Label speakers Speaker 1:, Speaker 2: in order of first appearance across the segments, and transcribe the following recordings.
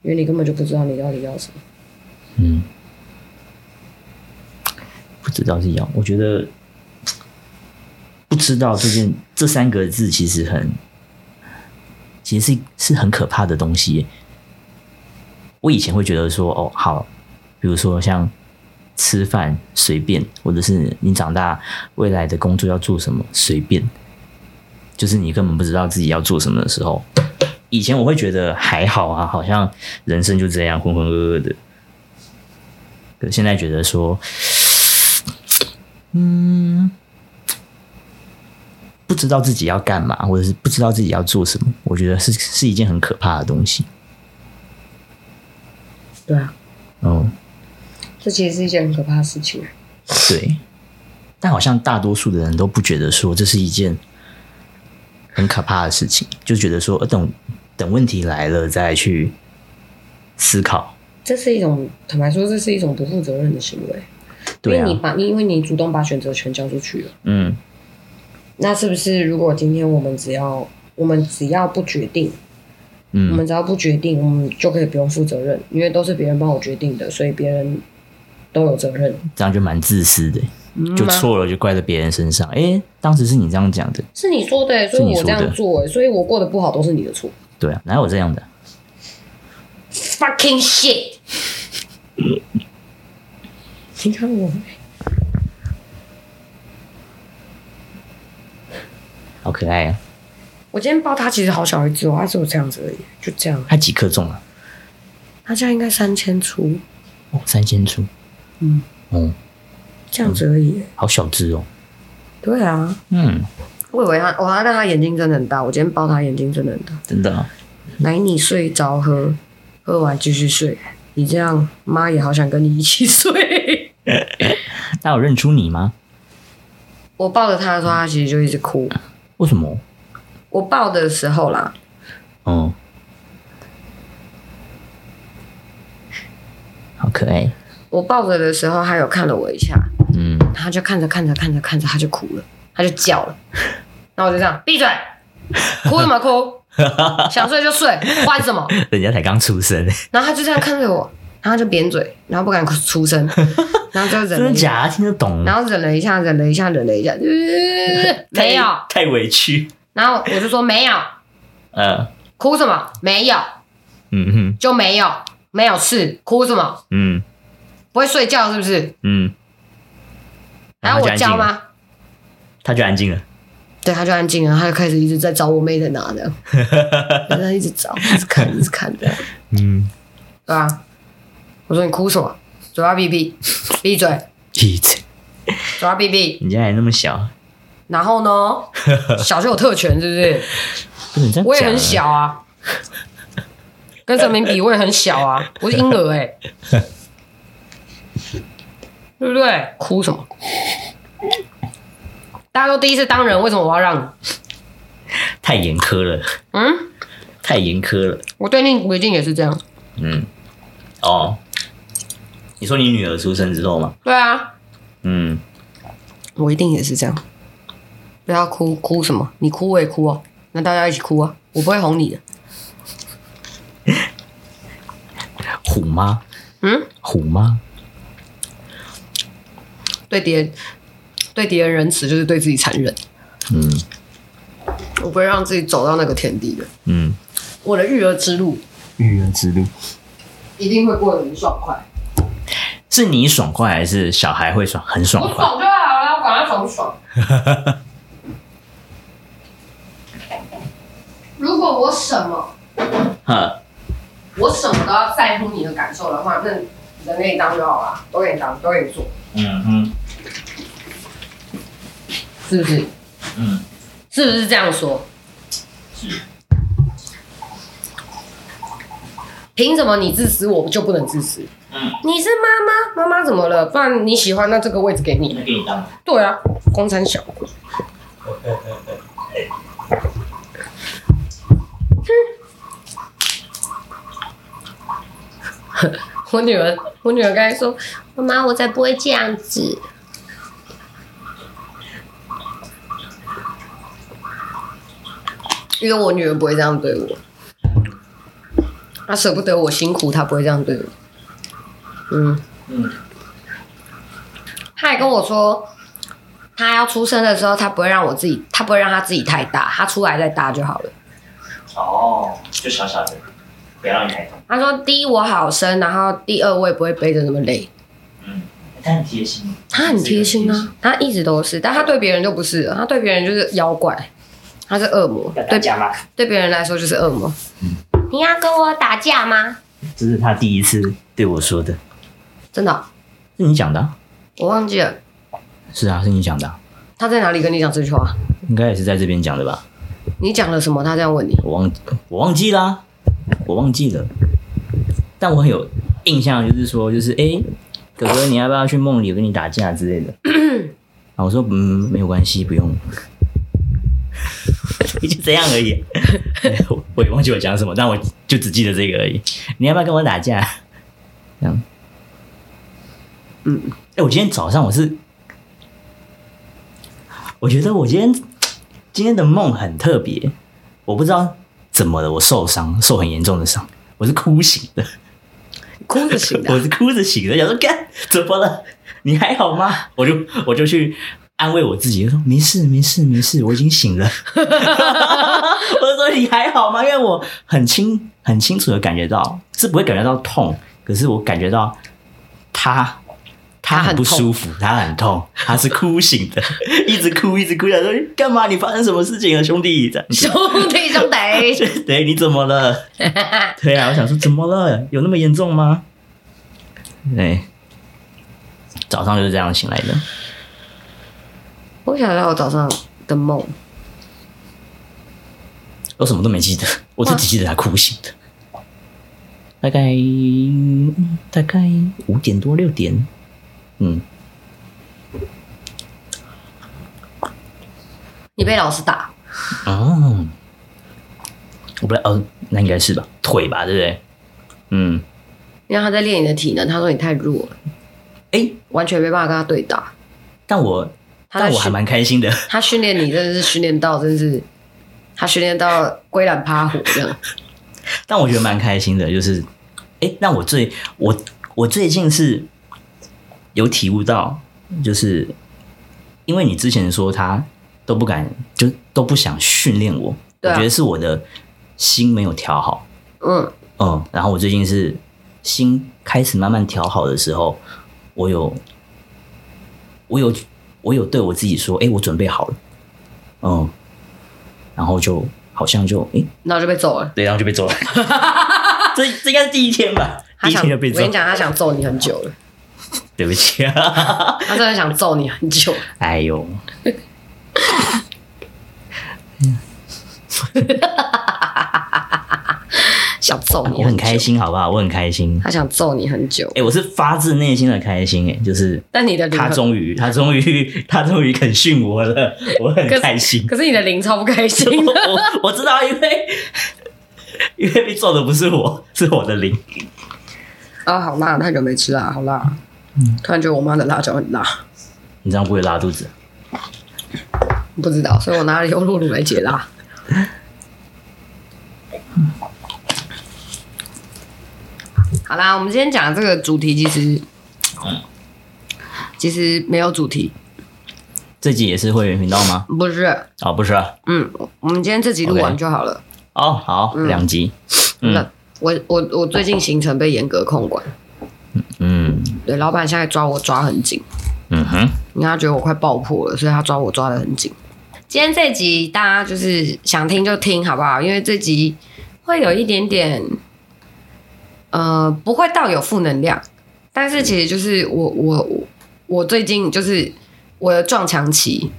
Speaker 1: 因为你根本就不知道你到底要什么。
Speaker 2: 嗯，不知道是要，我觉得不知道这件这三个字其实很，其实是是很可怕的东西耶。我以前会觉得说，哦，好，比如说像吃饭随便，或者是你长大未来的工作要做什么随便，就是你根本不知道自己要做什么的时候。以前我会觉得还好啊，好像人生就这样浑浑噩噩的。可现在觉得说，嗯，不知道自己要干嘛，或者是不知道自己要做什么，我觉得是是一件很可怕的东西。
Speaker 1: 对啊，
Speaker 2: 嗯，
Speaker 1: 这其实是一件很可怕的事情。啊
Speaker 2: 对。但好像大多数的人都不觉得说这是一件很可怕的事情，就觉得说，呃，等等问题来了再去思考。
Speaker 1: 这是一种，坦白说，这是一种不负责任的行为。
Speaker 2: 对
Speaker 1: 因
Speaker 2: 啊
Speaker 1: 为你，把，因为你主动把选择权交出去了。
Speaker 2: 嗯
Speaker 1: 那是不是如果今天我们只要我们只要不决定，我
Speaker 2: 嗯
Speaker 1: 们只要不决定，我们就可以不用负责任，因为都是别人帮我决定的，所以别人都有责任。
Speaker 2: 这样就蛮自私的，就
Speaker 1: 吗
Speaker 2: 错了就怪在别人身上。诶，当时是你这样讲的，
Speaker 1: 是你说的、所以
Speaker 2: 是你
Speaker 1: 我
Speaker 2: 说
Speaker 1: 这
Speaker 2: 的
Speaker 1: 样做、欸，所以我过得不好都是你的错。
Speaker 2: 对啊，哪有这样的？
Speaker 1: Fucking shit！你看我，
Speaker 2: 好可爱啊！
Speaker 1: 我今天抱它其实好小一只哦，它只有这样子而已，就这样。
Speaker 2: 它几克重啊？
Speaker 1: 它现在应该三千出，
Speaker 2: 哦，三千出。
Speaker 1: 嗯，
Speaker 2: 哦，
Speaker 1: 这样子而已欸、
Speaker 2: 好小只哦。
Speaker 1: 对啊，
Speaker 2: 嗯，
Speaker 1: 我以为它，我还让它眼睛真的很大，我今天抱它眼睛真的很大。
Speaker 2: 真的啊、
Speaker 1: 奶你睡着喝，喝完继续睡。你这样，妈也好想跟你一起睡。
Speaker 2: 它有认出你吗？
Speaker 1: 我抱着她的时候，她其实就一直哭。
Speaker 2: 为什么？
Speaker 1: 我抱的时候啦，
Speaker 2: 哦，好可爱。
Speaker 1: 我抱着的时候，她有看了我一下，
Speaker 2: 嗯，
Speaker 1: 她就看着看着看着看着，她就哭了，她就叫 了。然后我就这样闭嘴，哭什么哭？ 想睡就睡，欢什么？
Speaker 2: 人家才刚出生，
Speaker 1: 然后她就这样看着我，然后她就扁嘴，然后不敢出声，然后就忍
Speaker 2: 真
Speaker 1: 了
Speaker 2: 的
Speaker 1: 一下，
Speaker 2: 假的？听得懂？
Speaker 1: 然后忍了一下，忍了一下，忍了一 下，呃
Speaker 2: 太
Speaker 1: 没有。
Speaker 2: 太委屈。
Speaker 1: 然后我就说没有，
Speaker 2: 呃，
Speaker 1: 哭什么？没有，
Speaker 2: 嗯哼，
Speaker 1: 就没有，没有事，哭什么？
Speaker 2: 嗯
Speaker 1: 不会睡觉是不是？
Speaker 2: 嗯。
Speaker 1: 然后
Speaker 2: 它
Speaker 1: 我
Speaker 2: 就安静
Speaker 1: 教
Speaker 2: 了？
Speaker 1: 吗？
Speaker 2: 他就安静了。
Speaker 1: 对，他就安静了，他就开始一直在找我妹在哪的，然后一直找，一直看，一直看的，
Speaker 2: 嗯，
Speaker 1: 对吧？我说你哭什么？嘴巴闭闭，闭嘴，
Speaker 2: 闭嘴，
Speaker 1: 嘴巴闭闭。
Speaker 2: 人家还那么小，
Speaker 1: 然后呢，小就有特权是不是？
Speaker 2: 不能这样
Speaker 1: 我也
Speaker 2: 讲
Speaker 1: 很
Speaker 2: 啊
Speaker 1: 小啊，跟陈明比我也很小啊，我是婴儿哎、对不对？哭什么？大家都第一次当人，为什么我要让你？
Speaker 2: 太严苛了，
Speaker 1: 嗯，
Speaker 2: 太严苛了。
Speaker 1: 我对令维静也是这样。
Speaker 2: 嗯，哦，你说你女儿出生之后吗？
Speaker 1: 对啊，
Speaker 2: 嗯，
Speaker 1: 我一定也是这样。不要哭，哭什么？你哭我也哭哦，那大家一起哭啊！我不会哄你的。
Speaker 2: 虎妈，
Speaker 1: 嗯，
Speaker 2: 虎妈，
Speaker 1: 对敌人，对敌人仁慈就是对自己残忍。
Speaker 2: 嗯
Speaker 1: 我不会让自己走到那个田地的。
Speaker 2: 嗯，
Speaker 1: 我的育儿之路
Speaker 2: 育儿之路
Speaker 1: 一定会过得很爽快。
Speaker 2: 是你爽快还是小孩会爽？很爽 快，
Speaker 1: 就好了，我管他爽不爽。 如果我什么，
Speaker 2: 哈，
Speaker 1: 我什么都要在乎你的感受的话，那人给你当就好了，都给你当，都给你做，
Speaker 2: 嗯哼，
Speaker 1: 是不是？
Speaker 2: 嗯，
Speaker 1: 是不是这样说？
Speaker 2: 是，
Speaker 1: 凭什么你自私，我就不能自私？
Speaker 2: 嗯
Speaker 1: 你是妈妈，妈妈怎么了？不然你喜欢，那这个位置给你。
Speaker 2: 给你当，
Speaker 1: 对啊，光山小。 我女儿，我女儿刚才说：“妈妈，我才不会这样子。”因为我女儿不会这样对我，他舍不得我辛苦，他不会这样对我。嗯
Speaker 2: 嗯
Speaker 1: 他还跟我说，他要出生的时候，他不会让我自己，他不会让他自己太大，他出来再大就好了。
Speaker 2: 哦，就小小的，不要让你太痛。
Speaker 1: 他说，第一我好生，然后第二我也不会背着那么累。
Speaker 2: 嗯，他很贴心，
Speaker 1: 他很贴心啊，他一直都是，但他对别人就不是了，他对别人就是妖怪，他是恶魔，对
Speaker 2: 架吗？
Speaker 1: 对别人来说就是恶魔。你要跟我打架吗？
Speaker 2: 这是他第一次对我说的，
Speaker 1: 真的哦、
Speaker 2: 是你讲的啊、
Speaker 1: 我忘记了
Speaker 2: 是啊，是你讲的啊、
Speaker 1: 他在哪里跟你讲这句话。
Speaker 2: 应该也是在这边讲的吧？
Speaker 1: 你讲了什么？他这样问你，
Speaker 2: 我忘我忘记啦、我忘记了，但我很有印象，就是说，就是哎、诶哥哥，你要不要去梦里有跟你打架之类的？ 啊，我说嗯，没有关系，不用， 就这样而已。 我我也忘记我讲什么，但我就只记得这个而已。你要不要跟我打架？这样，
Speaker 1: 嗯，
Speaker 2: 哎、我今天早上我是，我觉得我今天今天的梦很特别，我不知道怎么了，我受伤，受很严重的伤，我是哭醒的，
Speaker 1: 哭着醒的
Speaker 2: 我是哭着醒的，想说干怎么了？你还好吗？我就我就去安慰我自己，就说没事没事没事，我已经醒了。 我就说你还好吗？因为我很清很清楚的感觉到，是不会感觉到痛，可是我感觉到他。他
Speaker 1: 他很
Speaker 2: 很不
Speaker 1: 痛
Speaker 2: 舒服，他很痛，他是哭醒的， 一直哭，一直哭，想说干嘛？你发生什么事情了，啊兄弟？这样子
Speaker 1: 兄弟兄 弟，
Speaker 2: 对，哎你怎 么了？对啊，我想说怎么了？有那么严重吗？对，早上就是这样醒来的。
Speaker 1: 我想到我早上的梦，
Speaker 2: 我什么都没记得，我就只记得他哭醒的，大概嗯大概五点多六点，嗯，
Speaker 1: 你被老师打，
Speaker 2: 哦，我不知道，哦，那应该是吧，腿吧，对不对？嗯，
Speaker 1: 因为他在练你的体能，他说你太弱了，
Speaker 2: 哎，
Speaker 1: 完全没办法跟他对打。
Speaker 2: 但我
Speaker 1: 他在
Speaker 2: 但我还
Speaker 1: 训
Speaker 2: 蛮开心的，
Speaker 1: 他训练你真的是训练到，真是他训练到龟卵趴虎这样。
Speaker 2: 但我觉得蛮开心的，就是，哎，那我最我我最近是有体悟到，就是因为你之前说他都不敢，就都不想训练我，
Speaker 1: 对啊
Speaker 2: 我觉得是我的心没有调好，
Speaker 1: 嗯，
Speaker 2: 嗯，然后我最近是心开始慢慢调好的时候，我有我有我有对我自己说，哎，我准备好了，嗯，然后就好像就哎。诶
Speaker 1: 然后就被揍了。
Speaker 2: 对，然后就 被揍了。这这应该是第一天吧？第
Speaker 1: 他
Speaker 2: 一
Speaker 1: 想，
Speaker 2: 天就
Speaker 1: 我
Speaker 2: 被揍
Speaker 1: 跟你。讲，他想揍你很久了，
Speaker 2: 对不起 啊！
Speaker 1: 他真的想揍你很久了。
Speaker 2: 哎呦，
Speaker 1: 想揍你，
Speaker 2: 我很开。心，好不好？我很开心。
Speaker 1: 他想揍你很久，
Speaker 2: 哎、我是发自内心的开心、哎，就是
Speaker 1: 但你的零
Speaker 2: 他终于，他终于，他终于肯训我了，我很
Speaker 1: 可是
Speaker 2: 开心。
Speaker 1: 可是你的零超不开心
Speaker 2: 我我我知道，因为因为被揍的不是我，是我的灵。
Speaker 1: 啊！好辣，太久没吃辣，好辣。
Speaker 2: 嗯
Speaker 1: 突然觉得我妈的辣椒很辣，
Speaker 2: 你这样不会拉肚子？啊
Speaker 1: 不知道，所以我拿了优酪乳来解辣。好啦，我们今天讲的这个主题其实其实没有主题，
Speaker 2: 这集也是会员频道吗？
Speaker 1: 不是，
Speaker 2: 哦，不是啊。
Speaker 1: 嗯，我们今天这集录完
Speaker 2: OK
Speaker 1: 就好了。
Speaker 2: 哦，好，
Speaker 1: 嗯
Speaker 2: 两集。
Speaker 1: 真
Speaker 2: 嗯
Speaker 1: 的，我我我最近行程被严格控管，
Speaker 2: 嗯
Speaker 1: 对，老板现在抓我抓很紧。
Speaker 2: 嗯哼，
Speaker 1: 因为他觉得我快爆破了，所以他抓我抓得很紧。今天这集大家就是想听就听好不好？因为这集会有一点点，呃，不会到有负能量，但是其实就是我我我我最近就是我的撞墙期，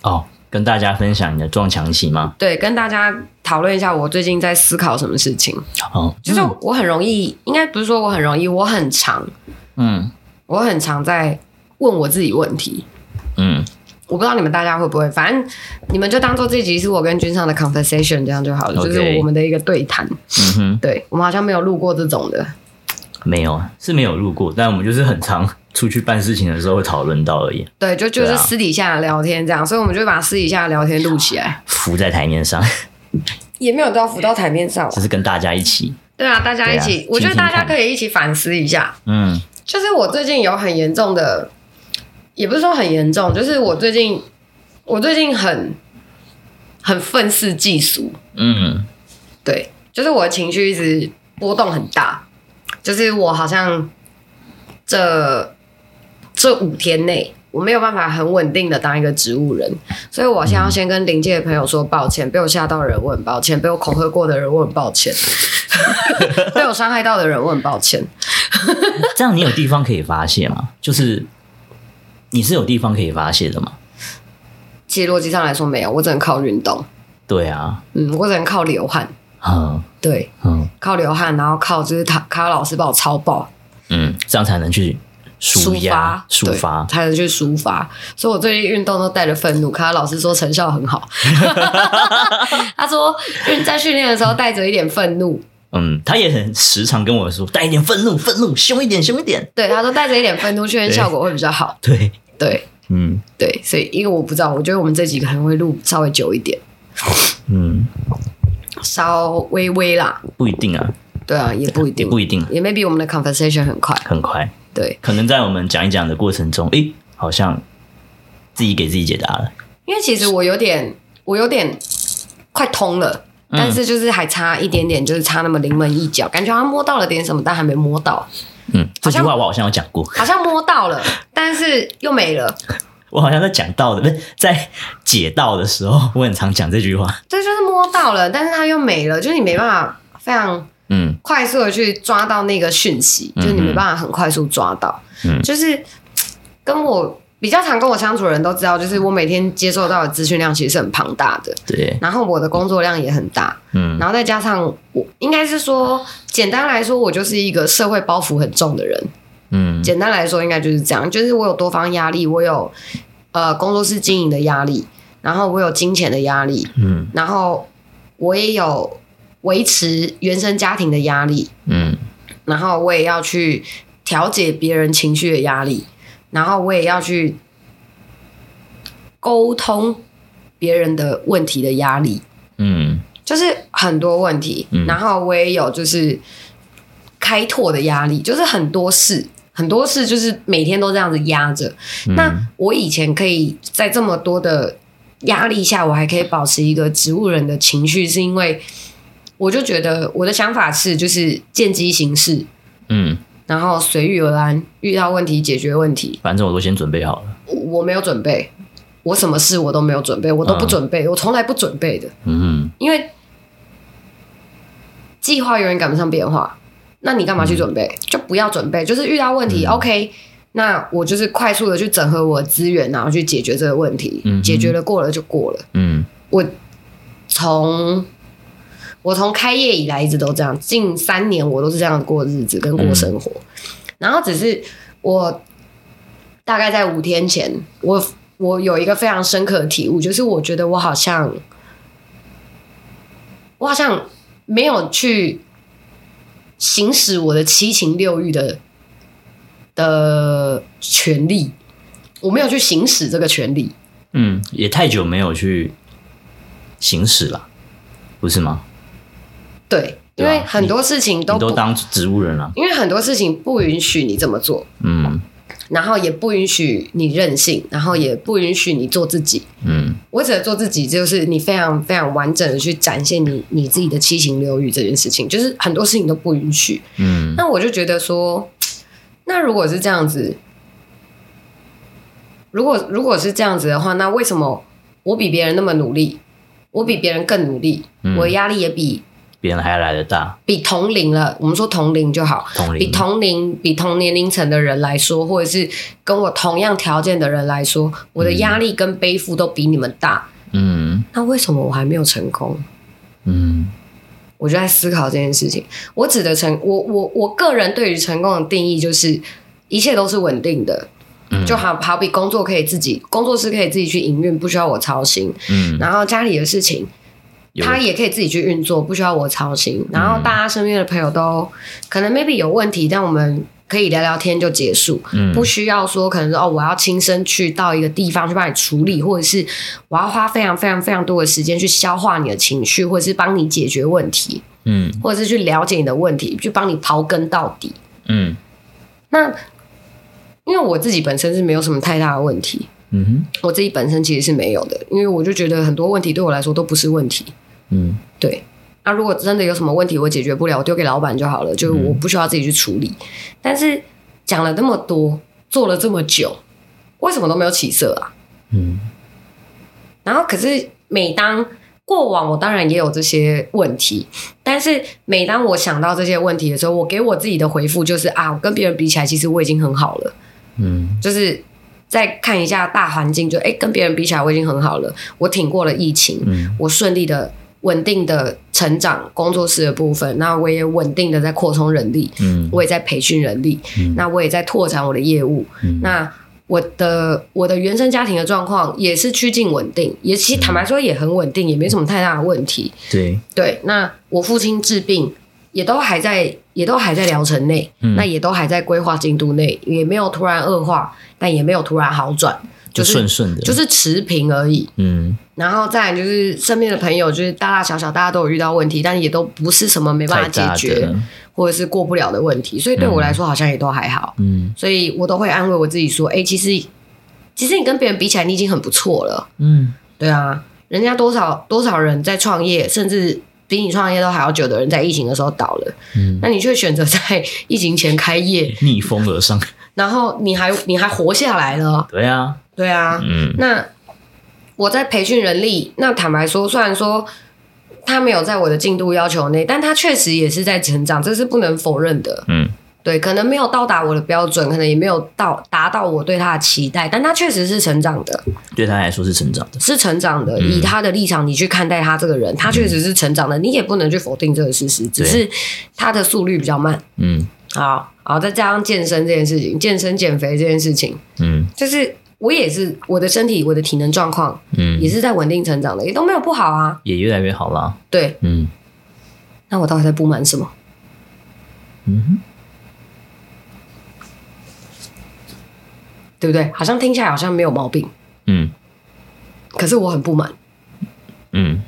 Speaker 2: 哦，跟大家分享你的撞墙期吗？
Speaker 1: 对，跟大家讨论一下我最近在思考什么事情。
Speaker 2: 哦，
Speaker 1: 就是我很容易，应该不是说我很容易，我很常，
Speaker 2: 嗯
Speaker 1: 我很常在问我自己问题。
Speaker 2: 嗯，
Speaker 1: 我不知道你们大家会不会，反正你们就当做这集是我跟君上的 conversation 这样就好了
Speaker 2: OK
Speaker 1: 就是我们的一个对谈。
Speaker 2: 嗯
Speaker 1: 对我们好像没有录过这种的，
Speaker 2: 哼，没有啊是没有录过，但我们就是很常出去办事情的时候会讨论到而已，
Speaker 1: 对，就就
Speaker 2: 对
Speaker 1: 是
Speaker 2: 啊
Speaker 1: 私底下聊天这样，所以我们就把私底下聊天录起来，
Speaker 2: 浮在台面上，
Speaker 1: 也没有到浮到台面上。啊
Speaker 2: 只是跟大家一起
Speaker 1: 对啊，大家一起，
Speaker 2: 对啊
Speaker 1: 我觉得
Speaker 2: 听听
Speaker 1: 大
Speaker 2: 看
Speaker 1: 家可以一起反思一下。
Speaker 2: 嗯
Speaker 1: 就是我最近有很严重的，也不是说很严重，就是我最近我最近很很愤世嫉俗，
Speaker 2: 嗯
Speaker 1: 对，就是我的情绪一直波动很大，就是我好像这这五天内。我没有办法很稳定的当一个植物人，所以我现在要先跟临界的朋友说抱歉，被我吓到的人我很抱歉，被我恐吓过的人我很抱歉， 被我伤害到的人我很抱歉。
Speaker 2: 这样你有地方可以发泄吗？就是你是有地方可以发泄的嘛？
Speaker 1: 其实逻辑上来说没有，我只能靠运动。
Speaker 2: 对啊，
Speaker 1: 嗯，我只能靠流汗，
Speaker 2: 嗯
Speaker 1: 对，
Speaker 2: 嗯
Speaker 1: 靠流汗，然后靠就是他卡老师把我超爆，
Speaker 2: 嗯，这样才能去舒压、
Speaker 1: 抒
Speaker 2: 抒
Speaker 1: 对
Speaker 2: 发。
Speaker 1: 才能去抒发。所以我最近运动都带着愤怒，卡老师说成效很 好，他说运在训练的时候带着一点愤怒，
Speaker 2: 嗯，他也很时常跟我说，带一点愤怒，愤怒，凶一点，凶一点。
Speaker 1: 对，他说带着一点愤怒训练效果会比较好，
Speaker 2: 对，
Speaker 1: 对
Speaker 2: 嗯
Speaker 1: 对，所以因为我不知道，我觉得我们这几个可能会录稍微久一点，
Speaker 2: 嗯，
Speaker 1: 稍微微啦，
Speaker 2: 不一定啊，
Speaker 1: 对啊，也不一
Speaker 2: 也
Speaker 1: 定，
Speaker 2: 不一定，
Speaker 1: 也 maybe 我们的 conversation 很快，
Speaker 2: 很快，
Speaker 1: 对，
Speaker 2: 可能在我们讲一讲的过程中，诶，好像自己给自己解答了。
Speaker 1: 因为其实我有点，我有点快通了，
Speaker 2: 嗯
Speaker 1: 但是就是还差一点点，就是差那么临门一脚，感觉好像摸到了点什么，但还没摸 到，
Speaker 2: 嗯，这句
Speaker 1: 好
Speaker 2: 话我好像有讲过，
Speaker 1: 好像摸到了，但是又没了。
Speaker 2: 我好像在讲道的， 不是在解道的时候，我很常讲这句话。
Speaker 1: 对，就是摸到了，但是它又没了，就是你没办法非常
Speaker 2: 嗯
Speaker 1: 快速的去抓到那个讯息，
Speaker 2: 嗯
Speaker 1: 就是你没办法很快速抓到。
Speaker 2: 嗯
Speaker 1: 就是跟我比较常跟我相处的人都知道，就是我每天接受到的资讯量其实是很庞大的，，
Speaker 2: 对，
Speaker 1: 然后我的工作量也很大，
Speaker 2: 嗯
Speaker 1: 然后再加上我，应该是说，简单来说，我就是一个社会包袱很重的人。
Speaker 2: 嗯
Speaker 1: 简单来说，应该就是这样，就是我有多方压力，我有呃工作室经营的压力，然后我有金钱的压力，
Speaker 2: 嗯
Speaker 1: 然后我也有维持原生家庭的压力，
Speaker 2: 嗯
Speaker 1: 然后我也要去调节别人情绪的压力，然后我也要去沟通别人的问题的压力。
Speaker 2: 嗯
Speaker 1: 就是很多问题，
Speaker 2: 嗯
Speaker 1: 然后我也有就是开拓的压力，就是很多事，很多事就是每天都这样子压着。
Speaker 2: 嗯
Speaker 1: 那我以前可以在这么多的压力下，我还可以保持一个植物人的情绪，是因为我就觉得我的想法是就是见机行事，
Speaker 2: 嗯，
Speaker 1: 然后随遇而安，遇到问题解决问题，
Speaker 2: 反正我都先准备好了。
Speaker 1: 我我没有准备。我什么事我都没有准备，我都不
Speaker 2: 嗯
Speaker 1: 准备，我从来不准备的。
Speaker 2: 嗯
Speaker 1: 因为计划永远赶不上变化，那你干嘛去准
Speaker 2: 嗯
Speaker 1: 备？就不要准备，就是遇到问题、o k 那我就是快速的去整合我的资源，然后去解决这个问题。
Speaker 2: 嗯哼
Speaker 1: 解决了过了就过了。
Speaker 2: 嗯
Speaker 1: 从我从开业以来一直都这样，近三年我都是这样过日子跟过生活。然后只是我大概在五天前，我我有一个非常深刻的体悟，就是我觉得我好像我好像没有去行使我的七情六欲的的权利，我没有去行使这个权利。
Speaker 2: 嗯，也太久没有去行使了，不是吗？
Speaker 1: 对，因
Speaker 2: 对啊
Speaker 1: 为很多事情都
Speaker 2: 你
Speaker 1: 不
Speaker 2: 都当植物人了、
Speaker 1: 因为很多事情不允许你这么做，
Speaker 2: 嗯
Speaker 1: 然后也不允许你任性，然后也不允许你做自己。
Speaker 2: 嗯
Speaker 1: 我指的做自己，就是你非常非常完整的去展现你你自己的七情六欲这件事情，就是很多事情都不允许。
Speaker 2: 嗯
Speaker 1: 那我就觉得说，那如果是这样子，如果如果是这样子的话，那为什么我比别人那么努力，我比别人更努力，
Speaker 2: 嗯
Speaker 1: 我的压力也比
Speaker 2: 别人还来得大，
Speaker 1: 比同龄了，我们说同龄就好，
Speaker 2: 同
Speaker 1: 比
Speaker 2: 龄，
Speaker 1: 同龄、比同年龄层的人来说，或者是跟我同样条件的人来说，我的压力跟背负都比你们大。
Speaker 2: 嗯
Speaker 1: 那为什么我还没有成功？
Speaker 2: 嗯
Speaker 1: 我就在思考这件事情。我指的成，我我我个人对于成功的定义就是，一切都是稳定的，
Speaker 2: 嗯
Speaker 1: 就好好比工作可以自己，工作室可以自己去营运，不需要我操心。
Speaker 2: 嗯，
Speaker 1: 然后家里的事情，
Speaker 2: 有
Speaker 1: 他也可以自己去运作，不需要我操心。然后大家身边的朋友都可能 maybe 有问题，但我们可以聊聊天就结束，
Speaker 2: 嗯
Speaker 1: 不需要说可能说哦，我要亲身去到一个地方去帮你处理，或者是我要花非常非常非常多的时间去消化你的情绪，或者是帮你解决问题。
Speaker 2: 嗯
Speaker 1: 或者是去了解你的问题，去帮你刨根到底。
Speaker 2: 嗯
Speaker 1: 那因为我自己本身是没有什么太大的问题，
Speaker 2: 嗯哼
Speaker 1: 我自己本身其实是没有的，因为我就觉得很多问题对我来说都不是问题。
Speaker 2: 嗯
Speaker 1: 对，那如果真的有什么问题我解决不了，我丢给老板就好了，就是我不需要自己去处理。但是讲了那么多，做了这么久，为什么都没有起色啊？
Speaker 2: 嗯
Speaker 1: 然后可是每当过往我当然也有这些问题，但是每当我想到这些问题的时候，我给我自己的回复就是啊，我跟别人比起来，其实我已经很好了。
Speaker 2: 嗯
Speaker 1: 就是再看一下大环境，就哎、诶跟别人比起来，我已经很好了，我挺过了疫情，
Speaker 2: 嗯
Speaker 1: 我顺利的、稳定的成长工作室的部分，那我也稳定的在扩充人力，
Speaker 2: 嗯
Speaker 1: 我也在培训人力，
Speaker 2: 嗯
Speaker 1: 那我也在拓展我的业务，
Speaker 2: 嗯
Speaker 1: 那。我的我的原生家庭的状况也是趋近稳定，也
Speaker 2: 嗯
Speaker 1: 其实坦白说也很稳定，也没什么太大的问题。
Speaker 2: 对
Speaker 1: 对，那我父亲治病也都还在，也都还在疗程内，
Speaker 2: 嗯
Speaker 1: 那也都还在规划进度内，也没有突然恶化，但也没有突然好转，就
Speaker 2: 就是顺顺的
Speaker 1: 就是持平而已。
Speaker 2: 嗯
Speaker 1: 然后再来就是身边的朋友，就是大大小小大家都有遇到问题，但也都不是什么没办
Speaker 2: 太大
Speaker 1: 法解决
Speaker 2: 的嗯
Speaker 1: 或者是过不了的问题，所以对我来说好像也都还好，
Speaker 2: 嗯
Speaker 1: 所以我都会安慰我自己说，哎、其实其实你跟别人比起来，你已经很不错了。
Speaker 2: 嗯
Speaker 1: 对啊，人家多少多少人在创业，甚至比你创业都还要久的人，在疫情的时候倒了，
Speaker 2: 嗯
Speaker 1: 那你却选择在疫情前开业，
Speaker 2: 逆风而上
Speaker 1: 然后你还你还活下来了，
Speaker 2: 对啊
Speaker 1: 对啊，
Speaker 2: 嗯
Speaker 1: 那我在培训人力，那坦白说，虽然说。他没有在我的进度要求内，但他确实也是在成长，这是不能否认的。
Speaker 2: 嗯
Speaker 1: 对，可能没有到达我的标准，可能也没有到达到我对他的期待，但他确实是成长的。
Speaker 2: 对他来说是成长的
Speaker 1: 是成长的。以他的立场，你去看待他这个人，他确实是成长的，你也不能去否定这个事实，只是他的速率比较慢。
Speaker 2: 嗯
Speaker 1: 好，好，再加上健身这件事情，健身减肥这件事情，
Speaker 2: 嗯
Speaker 1: 就是我也是我的身体，我的体能状况
Speaker 2: 嗯
Speaker 1: 也是在稳定成长的，也都没有不好啊。
Speaker 2: 也越来越好啦
Speaker 1: 对，
Speaker 2: 嗯
Speaker 1: 那我到底在不满什么？
Speaker 2: 嗯哼
Speaker 1: 对不对？好像听起来好像没有毛病，
Speaker 2: 嗯
Speaker 1: 可是我很不满，
Speaker 2: 嗯，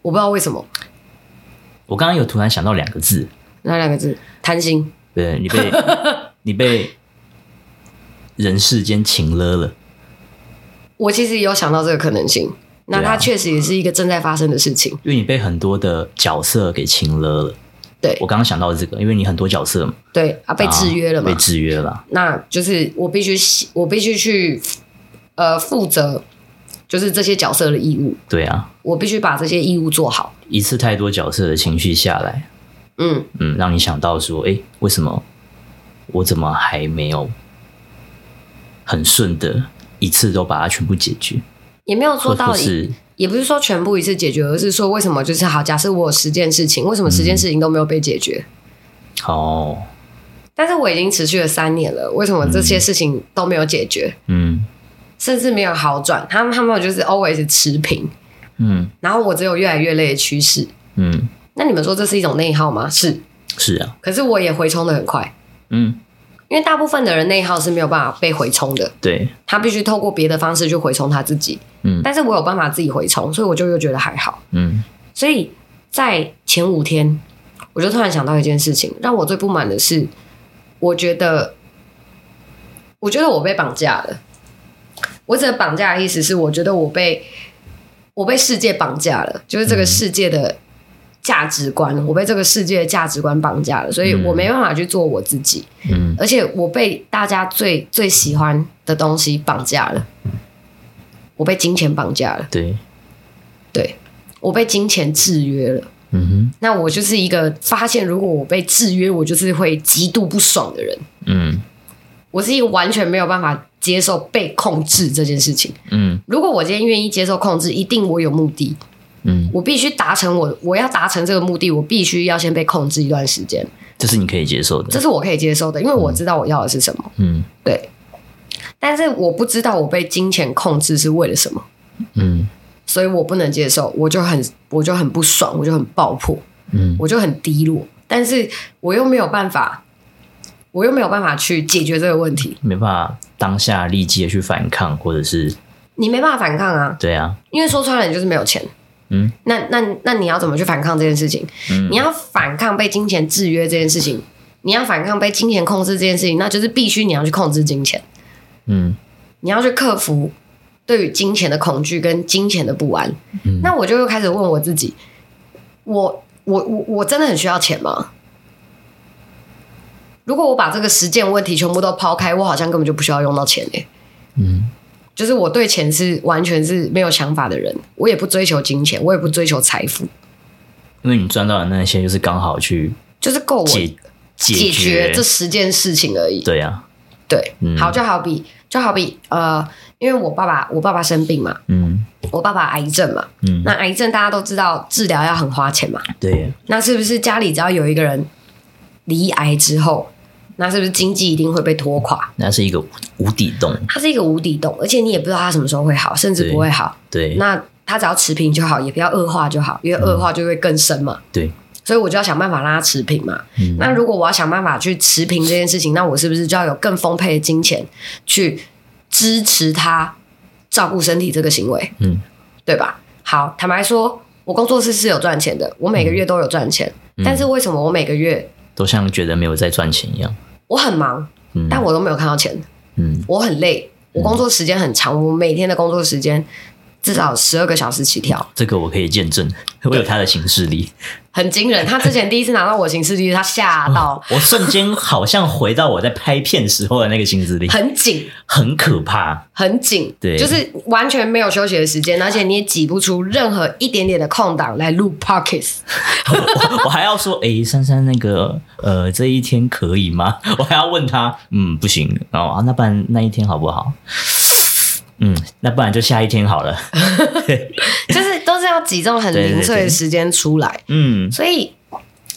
Speaker 1: 我不知道为什么。
Speaker 2: 我刚刚有突然想到两个字，
Speaker 1: 那两个字，贪心。
Speaker 2: 对你 被你被人世间情勒了，
Speaker 1: 我其实也有想到这个可能性，那
Speaker 2: 对啊
Speaker 1: 它确实也是一个正在发生的事情。
Speaker 2: 因为你被很多的角色给情勒了。
Speaker 1: 对
Speaker 2: 我刚刚想到这个，因为你很多角色嘛，
Speaker 1: 对啊，被制约了嘛
Speaker 2: 被，制约了。
Speaker 1: 那就是我必须喜我必须去呃负责，就是这些角色的义务，
Speaker 2: 对啊，
Speaker 1: 我必须把这些义务做好。
Speaker 2: 一次太多角色的情绪下来，
Speaker 1: 嗯，
Speaker 2: 嗯，让你想到说，哎，为什么我怎么还没有很顺的一次都把它全部解决，
Speaker 1: 也没有
Speaker 2: 或
Speaker 1: 做到
Speaker 2: 者，是
Speaker 1: 也不是说全部一次解决，而是说为什么就是好，假设我有十件事情，为什么十件事情都没有被解决？
Speaker 2: 哦，
Speaker 1: 但是我已经持续了三年了，为什么这些事情都没有解决，
Speaker 2: 嗯
Speaker 1: 甚至没有好转？他们他们就是 always 持平，
Speaker 2: 嗯
Speaker 1: 然后我只有越来越累的趋势。
Speaker 2: 嗯，
Speaker 1: 那你们说这是一种内耗吗？是，
Speaker 2: 是啊，
Speaker 1: 可是我也回冲的很快。
Speaker 2: 嗯，
Speaker 1: 因为大部分的人内耗是没有办法被回冲的，
Speaker 2: 对，
Speaker 1: 他必须透过别的方式去回冲他自己。
Speaker 2: 嗯
Speaker 1: 但是我有办法自己回冲，所以我就又觉得还好。
Speaker 2: 嗯
Speaker 1: 所以在前五天，我就突然想到一件事情，让我最不满的是，我觉得，我觉得我被绑架了。我指的绑架的意思是，我觉得我被我被世界绑架了，就是这个世界的价值观，我被这个世界的价值观绑架了，所以我没办法去做我自己。
Speaker 2: 嗯
Speaker 1: 而且我被大家最最喜欢的东西绑架了，我被金钱绑架了，
Speaker 2: 对，
Speaker 1: 对我被金钱制约了。
Speaker 2: 嗯哼。
Speaker 1: 那我就是一个发现，如果我被制约，我就是会极度不爽的人。
Speaker 2: 嗯
Speaker 1: 我是一个完全没有办法接受被控制这件事情。
Speaker 2: 嗯
Speaker 1: 如果我今天愿意接受控制，一定我有目的，
Speaker 2: 嗯，
Speaker 1: 我必须达成我我要达成这个目的，我必须要先被控制一段时间，
Speaker 2: 这是你可以接受
Speaker 1: 这
Speaker 2: 的。
Speaker 1: 是我可以接受的，因为我知道我要的是什么。
Speaker 2: 嗯
Speaker 1: 对，但是我不知道我被金钱控制是为了什么，
Speaker 2: 嗯
Speaker 1: 所以我不能接受，我就很我就很不爽，我就很爆破，
Speaker 2: 嗯
Speaker 1: 我就很低落，但是我又没有办法，我又没有办法去解决这个问题，
Speaker 2: 没办法当下立即的去反抗，或者是
Speaker 1: 你没办法反抗啊，
Speaker 2: 对啊，
Speaker 1: 因为说穿了你就是没有钱，
Speaker 2: 嗯，
Speaker 1: 那那那你要怎么去反抗这件事情？
Speaker 2: 嗯
Speaker 1: 你要反抗被金钱制约这件事情，你要反抗被金钱控制这件事情，那就是必须你要去控制金钱，
Speaker 2: 嗯
Speaker 1: 你要去克服对于金钱的恐惧跟金钱的不安。
Speaker 2: 嗯
Speaker 1: 那我就又开始问我自己，我我我我真的很需要钱吗？如果我把这个实践问题全部都抛开，我好像根本就不需要用到钱欸诶、
Speaker 2: 嗯
Speaker 1: 就是我对钱是完全是没有想法的人，我也不追求金钱，我也不追求财富，
Speaker 2: 因为你赚到的那些就是刚好去
Speaker 1: 就是够我
Speaker 2: 解
Speaker 1: 解
Speaker 2: 决
Speaker 1: 决这十件事情而已。
Speaker 2: 对啊，
Speaker 1: 对，
Speaker 2: 嗯
Speaker 1: 好，就好比就好比呃，因为我爸爸我爸爸生病嘛，
Speaker 2: 嗯
Speaker 1: 我爸爸癌症嘛，
Speaker 2: 嗯
Speaker 1: 那癌症大家都知道治疗要很花钱嘛，
Speaker 2: 对，
Speaker 1: 那是不是家里只要有一个人离癌之后，那是不是经济一定会被拖垮？
Speaker 2: 那是一个无无底洞，
Speaker 1: 它是一个无底洞，而且你也不知道它什么时候会好，甚至不会好。
Speaker 2: 对
Speaker 1: 那它只要持平就好，也不要恶化就好，因为恶化就会更深嘛。
Speaker 2: 对，
Speaker 1: 所以我就要想办法让它持平嘛。
Speaker 2: 嗯
Speaker 1: 那如果我要想办法去持平这件事情，那我是不是就要有更丰沛的金钱去支持他照顾身体这个行为？
Speaker 2: 嗯，
Speaker 1: 对吧？好，坦白说，我工作室是有赚钱的，我每个月都有赚钱，
Speaker 2: 嗯
Speaker 1: 但是为什么我每个月
Speaker 2: 都像觉得没有在赚钱一样，
Speaker 1: 我很忙，
Speaker 2: 嗯
Speaker 1: 但我都没有看到钱，
Speaker 2: 嗯
Speaker 1: 我很累，我工作时间很长，我每天的工作时间至少十二个小时起跳，
Speaker 2: 这个我可以见证，我有他的行事力，
Speaker 1: 很惊人。他之前第一次拿到我行事历，他吓到
Speaker 2: 我瞬间好像回到我在拍片时候的那个行事力，
Speaker 1: 很紧，
Speaker 2: 很可怕，
Speaker 1: 很紧，
Speaker 2: 哎对
Speaker 1: 就是完全没有休息的时间，而且你也挤不出任何一点点的空档来录 pockets。
Speaker 2: 我我还要说，诶，珊珊那个呃这一天可以吗？我还要问他，嗯，不行，然后啊，那不然那一天好不好？嗯，那不然就下一天好了。
Speaker 1: 就是都是要挤这种很零碎的时间出来。
Speaker 2: 嗯
Speaker 1: 所以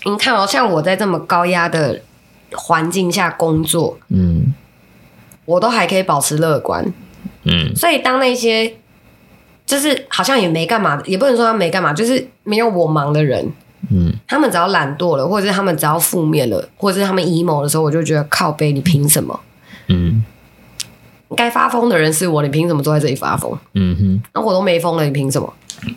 Speaker 1: 你看哦，像我在这么高压的环境下工作，
Speaker 2: 嗯
Speaker 1: 我都还可以保持乐观。
Speaker 2: 嗯
Speaker 1: 所以当那些就是好像也没干嘛，也不能说他没干嘛，就是没有我忙的人，
Speaker 2: 嗯，
Speaker 1: 他们只要懒惰了，或者是他们只要负面了，或者是他们 emo 的时候，我就觉得靠背，你凭什么？
Speaker 2: 嗯
Speaker 1: 该发疯的人是我，你凭什么坐在这里发疯？
Speaker 2: 嗯哼，
Speaker 1: 那我都没疯了，你凭什么？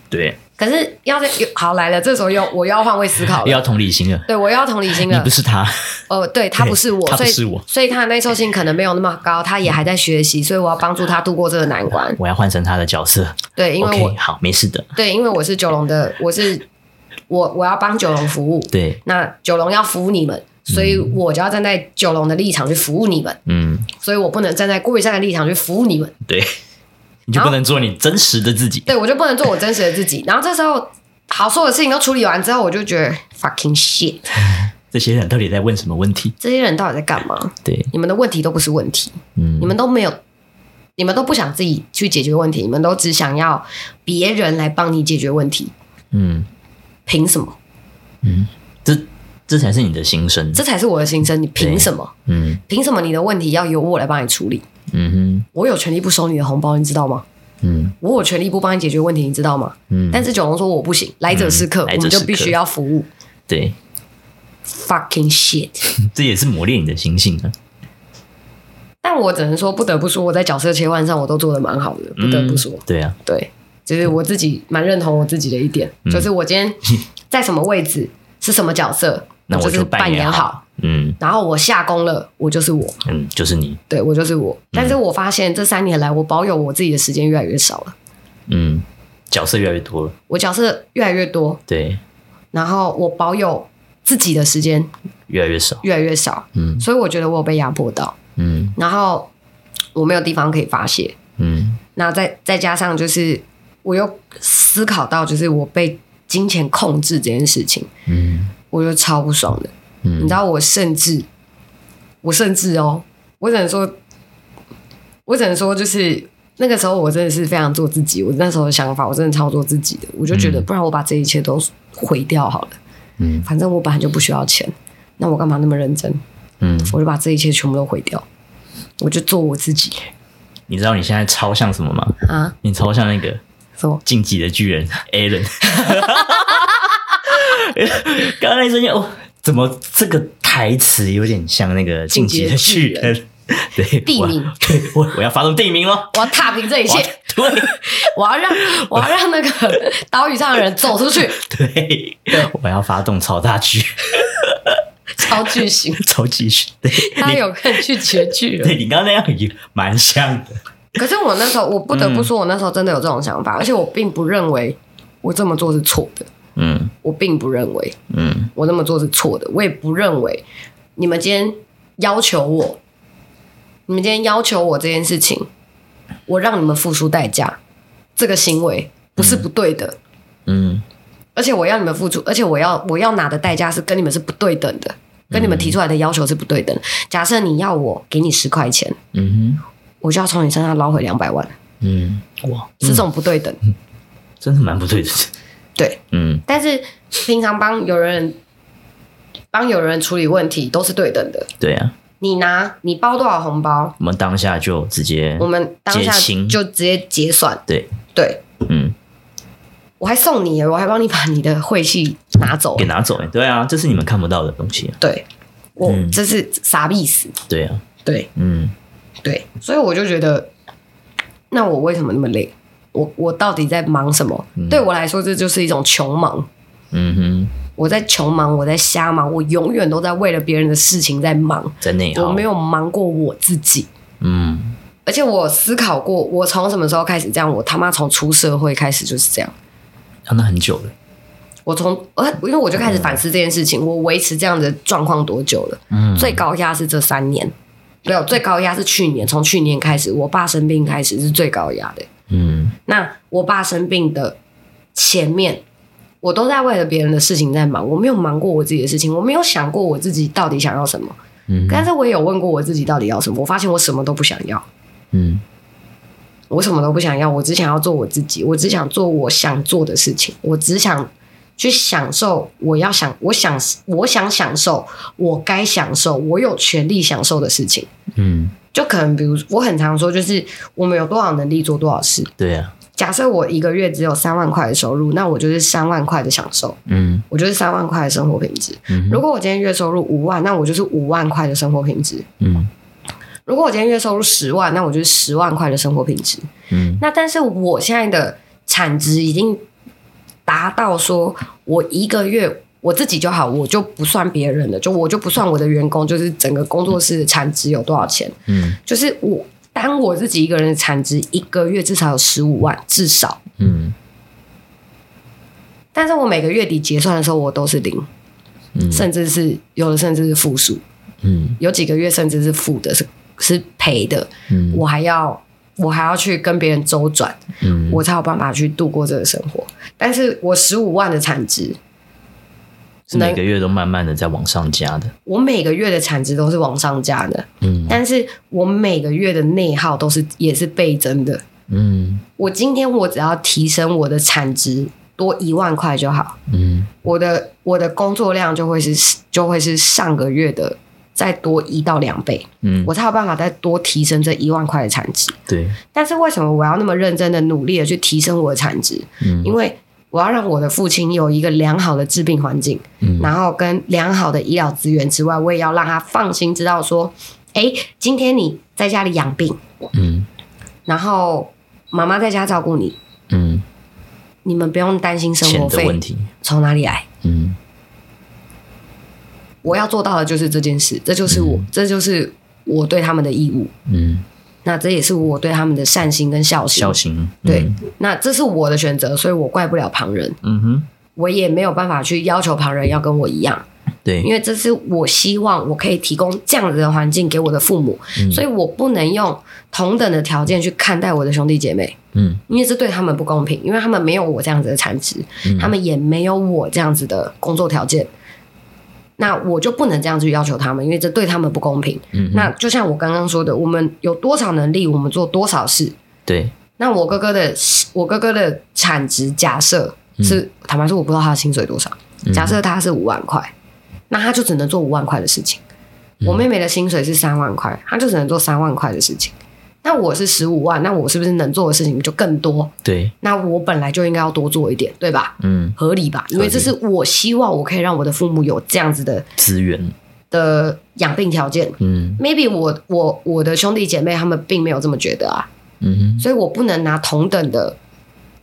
Speaker 2: 对，
Speaker 1: 可是要在有好来了，这时候又我又要换位思考
Speaker 2: 又
Speaker 1: 了，
Speaker 2: 要同理心了。
Speaker 1: 对我又要同理心
Speaker 2: 你
Speaker 1: 了
Speaker 2: 不。是他，
Speaker 1: 呃，对他不是我，
Speaker 2: 他
Speaker 1: 所
Speaker 2: 不
Speaker 1: 以
Speaker 2: 是我
Speaker 1: 所以他的耐受性可能没有那么高，他也还在学习，所以我要帮助他度过这个难关。
Speaker 2: 我要换成他的角色。
Speaker 1: 对，因为我
Speaker 2: OK，好，没事的。
Speaker 1: 对，因为我是九龙的，我是我我要帮九龙服务，
Speaker 2: 对，
Speaker 1: 那九龙要服务你们，所以我就要站在九龙的立场去服务你们，
Speaker 2: 嗯，
Speaker 1: 所以我不能站在郭雨山的立场去服务你们。
Speaker 2: 对， 你就不能做你真实的自己。
Speaker 1: 对我就不能做我真实的自己。然后这时候，好，所有事情都处理完之后，我就觉得 fucking shit，
Speaker 2: 这些人到底在问什么问题？
Speaker 1: 这些人到底在干嘛？
Speaker 2: 对，
Speaker 1: 你们的问题都不是问题，
Speaker 2: 嗯
Speaker 1: 你们都没有，你们都不想自己去解决问题，你们都只想要别人来帮你解决问题，
Speaker 2: 嗯，
Speaker 1: 凭什么？
Speaker 2: 这这才是你的心声。
Speaker 1: 这才是我的心声，你凭什么？
Speaker 2: 嗯
Speaker 1: 凭什么你的问题要由我来帮你处理？
Speaker 2: 嗯
Speaker 1: 我有权利不收你的红包，你知道吗？
Speaker 2: 哼嗯
Speaker 1: 我有权利不帮你解决问题，你知道吗？
Speaker 2: 嗯，
Speaker 1: 但是九龙说我不行，来者是客，
Speaker 2: 嗯来
Speaker 1: 我
Speaker 2: 者
Speaker 1: 们就是必
Speaker 2: 客
Speaker 1: 须要服务。
Speaker 2: 对，
Speaker 1: Fucking shit！
Speaker 2: 这也是磨练你的心性啊。
Speaker 1: 但我只能说，不得不说，我在角色切换上我都做的蛮好的，不得不说，
Speaker 2: 对啊，
Speaker 1: 对，就是我自己蛮认同我自己的一点，
Speaker 2: 嗯
Speaker 1: 就是我今天 在什么位置是什么角色，
Speaker 2: 那我
Speaker 1: 就是
Speaker 2: 就扮
Speaker 1: 扮
Speaker 2: 演
Speaker 1: 演
Speaker 2: 好。嗯
Speaker 1: 然后我下工了，我就是我，
Speaker 2: 嗯，就是你。
Speaker 1: 对我就是我。
Speaker 2: 嗯
Speaker 1: 但是我发现这三年来，我保有我自己的时间越来越少了，
Speaker 2: 嗯，角色越来越多了。
Speaker 1: 我角色越来越多，
Speaker 2: 对，
Speaker 1: 然后我保有自己的时间
Speaker 2: 越来越少。
Speaker 1: 越来越少，
Speaker 2: 嗯
Speaker 1: 所以我觉得我有被压迫到，
Speaker 2: 嗯
Speaker 1: 然后我没有地方可以发泄，
Speaker 2: 嗯
Speaker 1: 那再再加上就是，我又思考到就是我被金钱控制这件事情，
Speaker 2: 嗯
Speaker 1: 我就超不爽的。你
Speaker 2: 嗯
Speaker 1: 知道，我甚至，我甚至哦，我只能说，我只能说，就是那个时候我真的是非常做自己。我那时候的想法，我真的超做自己的。我就觉得，不然我把这一切都毁掉好了。
Speaker 2: 嗯
Speaker 1: 反正我本来就不需要钱，那我干嘛那么认真？
Speaker 2: 嗯，
Speaker 1: 我就把这一切全部都毁掉，我就做我自己
Speaker 2: 你知道你现在超像什么吗？
Speaker 1: 啊！
Speaker 2: 你超像那个
Speaker 1: 什么？
Speaker 2: 晋级的巨人 Allen。刚刚那一瞬间，哦，怎么这个台词有点像那个晋级的巨人？对，
Speaker 1: 地名
Speaker 2: 我，对我我要发动地名喽！
Speaker 1: 我要踏平这一
Speaker 2: 我
Speaker 1: 切
Speaker 2: 要。 对
Speaker 1: 我要让我要让那个岛屿上的人走出去，
Speaker 2: 对，我要发动超大剧，
Speaker 1: 超巨型，
Speaker 2: 超巨巨。对
Speaker 1: 他有看去绝句了。
Speaker 2: 对，你刚刚那样也蛮像的。
Speaker 1: 可是我那时候，我不得不说，我那时候真的有这种想法，而且我并不认为我这么做是错的，
Speaker 2: 嗯
Speaker 1: 我并不认为
Speaker 2: 嗯
Speaker 1: 我那么做是错的，我也不认为你们今天要求我，你们今天要求我这件事情，我让你们付出代价，这个行为不是不对的，
Speaker 2: 嗯
Speaker 1: 而且我要你们付出，而且我要我要拿的代价是跟你们是不对等的，跟你们提出来的要求是不对等。假设你要我给你十块钱，
Speaker 2: 嗯
Speaker 1: 我就要从你身上捞回两百万，
Speaker 2: 哼嗯，哇，
Speaker 1: 是这种不对等。
Speaker 2: 真的蛮不对的。
Speaker 1: 对，
Speaker 2: 嗯
Speaker 1: 但是平常帮有人帮有人处理问题都是对等的。
Speaker 2: 对啊，
Speaker 1: 你拿你包多少红包，
Speaker 2: 我们当下就直接
Speaker 1: 我们当下
Speaker 2: 结清
Speaker 1: 就直接结算。
Speaker 2: 对，
Speaker 1: 对
Speaker 2: 嗯，
Speaker 1: 我还送你耶，我还帮你把你的晦气拿走
Speaker 2: 给。拿走、欸。对啊，这是你们看不到的东西、啊。
Speaker 1: 对，我、
Speaker 2: 嗯
Speaker 1: 这是啥意思？
Speaker 2: 对啊，
Speaker 1: 对，
Speaker 2: 嗯
Speaker 1: 对，所以我就觉得，那我为什么那么累？我我到底在忙什么？对我来说，这就是一种穷忙。
Speaker 2: 嗯
Speaker 1: 我在穷忙，我在瞎忙，我永远都在为了别人的事情在忙
Speaker 2: 哼，，在内耗。
Speaker 1: 我没有忙过我自己。
Speaker 2: 嗯
Speaker 1: 而且我思考过，我从什么时候开始这样？我他妈从出社会开始就是这样。
Speaker 2: 啊，那很久了。
Speaker 1: 我从呃，因为我就开始反思这件事情，我维持这样的状况多久了？
Speaker 2: 嗯，
Speaker 1: 最高压是这三年，没有最高压是去年，从去年开始，我爸生病开始是最高压的。
Speaker 2: 嗯
Speaker 1: 那我爸生病的前面，我都在为了别人的事情在忙，我没有忙过我自己的事情，我没有想过我自己到底想要什么。
Speaker 2: 嗯
Speaker 1: 但是我也有问过我自己到底要什么，我发现我什么都不想要，
Speaker 2: 嗯
Speaker 1: 我什么都不想要，我只想要做我自己，我只想做我想做的事情，我只想去享受我要想，我想我想享受我该享受，我有权利享受的事情。
Speaker 2: 嗯，
Speaker 1: 就可能比如我很常说，就是我们有多少能力做多少事，
Speaker 2: 对啊，
Speaker 1: 假设我一个月只有三万块的收入，那我就是三万块的享受，
Speaker 2: 嗯
Speaker 1: 我就是三万块的生活品质。
Speaker 2: 嗯
Speaker 1: 如果我今天月收入五万，那我就是五万块的生活品质；
Speaker 2: 嗯
Speaker 1: 如果我今天月收入十万，那我就是十万块的生活品质。
Speaker 2: 嗯
Speaker 1: 那但是我现在的产值已经达到说，我一个月我自己就好，我就不算别人的，就我就不算我的员工，就是整个工作室的产值有多少钱，
Speaker 2: 嗯
Speaker 1: 就是我单我自己一个人的产值一个月至少有十五万，至少。
Speaker 2: 嗯
Speaker 1: 但是我每个月底结算的时候，我都是零，
Speaker 2: 嗯
Speaker 1: 甚至是有的甚至是负数，
Speaker 2: 嗯
Speaker 1: 有几个月甚至是负的，是是赔的，
Speaker 2: 嗯
Speaker 1: 我还要我还要去跟别人周转，
Speaker 2: 嗯，
Speaker 1: 我才有办法去度过这个生活。但是我十五万的产值，
Speaker 2: 是每个月都慢慢的在往上加的。
Speaker 1: 我每个月的产值都是往上加的，
Speaker 2: 嗯
Speaker 1: 但是我每个月的内耗都是也是倍增的。
Speaker 2: 嗯
Speaker 1: 我今天我只要提升我的产值多一万块就好，
Speaker 2: 嗯
Speaker 1: 我的我的工作量就会是就会是上个月的再多一到两倍，
Speaker 2: 嗯，
Speaker 1: 我才有办法再多提升这一万块的产值。
Speaker 2: 对，
Speaker 1: 但是为什么我要那么认真的努力的去提升我的产值？
Speaker 2: 嗯
Speaker 1: 因为我要让我的父亲有一个良好的治病环境，
Speaker 2: 嗯
Speaker 1: 然后跟良好的医疗资源之外，我也要让他放心知道说，哎，今天你在家里养病，
Speaker 2: 嗯
Speaker 1: 然后妈妈在家照顾你，
Speaker 2: 嗯，
Speaker 1: 你们不用担心生活
Speaker 2: 钱的问
Speaker 1: 费
Speaker 2: 题。
Speaker 1: 从哪里来。
Speaker 2: 嗯
Speaker 1: 我要做到的就是这件事，这就是我，这就是我对他们的义务。
Speaker 2: 嗯，
Speaker 1: 那这也是我对他们的善心跟孝心。
Speaker 2: 孝心。
Speaker 1: 对，那这是我的选择，所以我怪不了旁人，
Speaker 2: 嗯哼，
Speaker 1: 我也没有办法去要求旁人要跟我一样，因
Speaker 2: 对，
Speaker 1: 为这是我希望我可以提供这样子的环境给我的父母，
Speaker 2: 嗯
Speaker 1: 所以我不能用同等的条件去看待我的兄弟姐妹，
Speaker 2: 嗯
Speaker 1: 因为这对他们不公平，因为他们没有我这样子的产值，
Speaker 2: 嗯
Speaker 1: 他们也没有我这样子的工作条件。那我就不能这样去要求他们，因为这对他们不公平。
Speaker 2: 嗯哼，
Speaker 1: 那就像我刚刚说的，我们有多少能力，我们做多少事。
Speaker 2: 对，
Speaker 1: 那我哥哥的，我哥哥的产值假设
Speaker 2: 嗯
Speaker 1: 是，坦白说，我不知道他的薪水多少。假设他是五万块，那他就只能做五万块的事情。
Speaker 2: 嗯
Speaker 1: 我妹妹的薪水是三万块，她就只能做三万块的事情。那我是十五万，那我是不是能做的事情就更多？
Speaker 2: 对，
Speaker 1: 那我本来就应该要多做一点，对吧？
Speaker 2: 嗯，
Speaker 1: 合理吧？因为这是我希望我可以让我的父母有这样子的
Speaker 2: 资源，
Speaker 1: 的养病条件。
Speaker 2: 嗯
Speaker 1: Maybe 我我我的兄弟姐妹他们并没有这么觉得啊，
Speaker 2: 嗯哼，
Speaker 1: 所以我不能拿同等的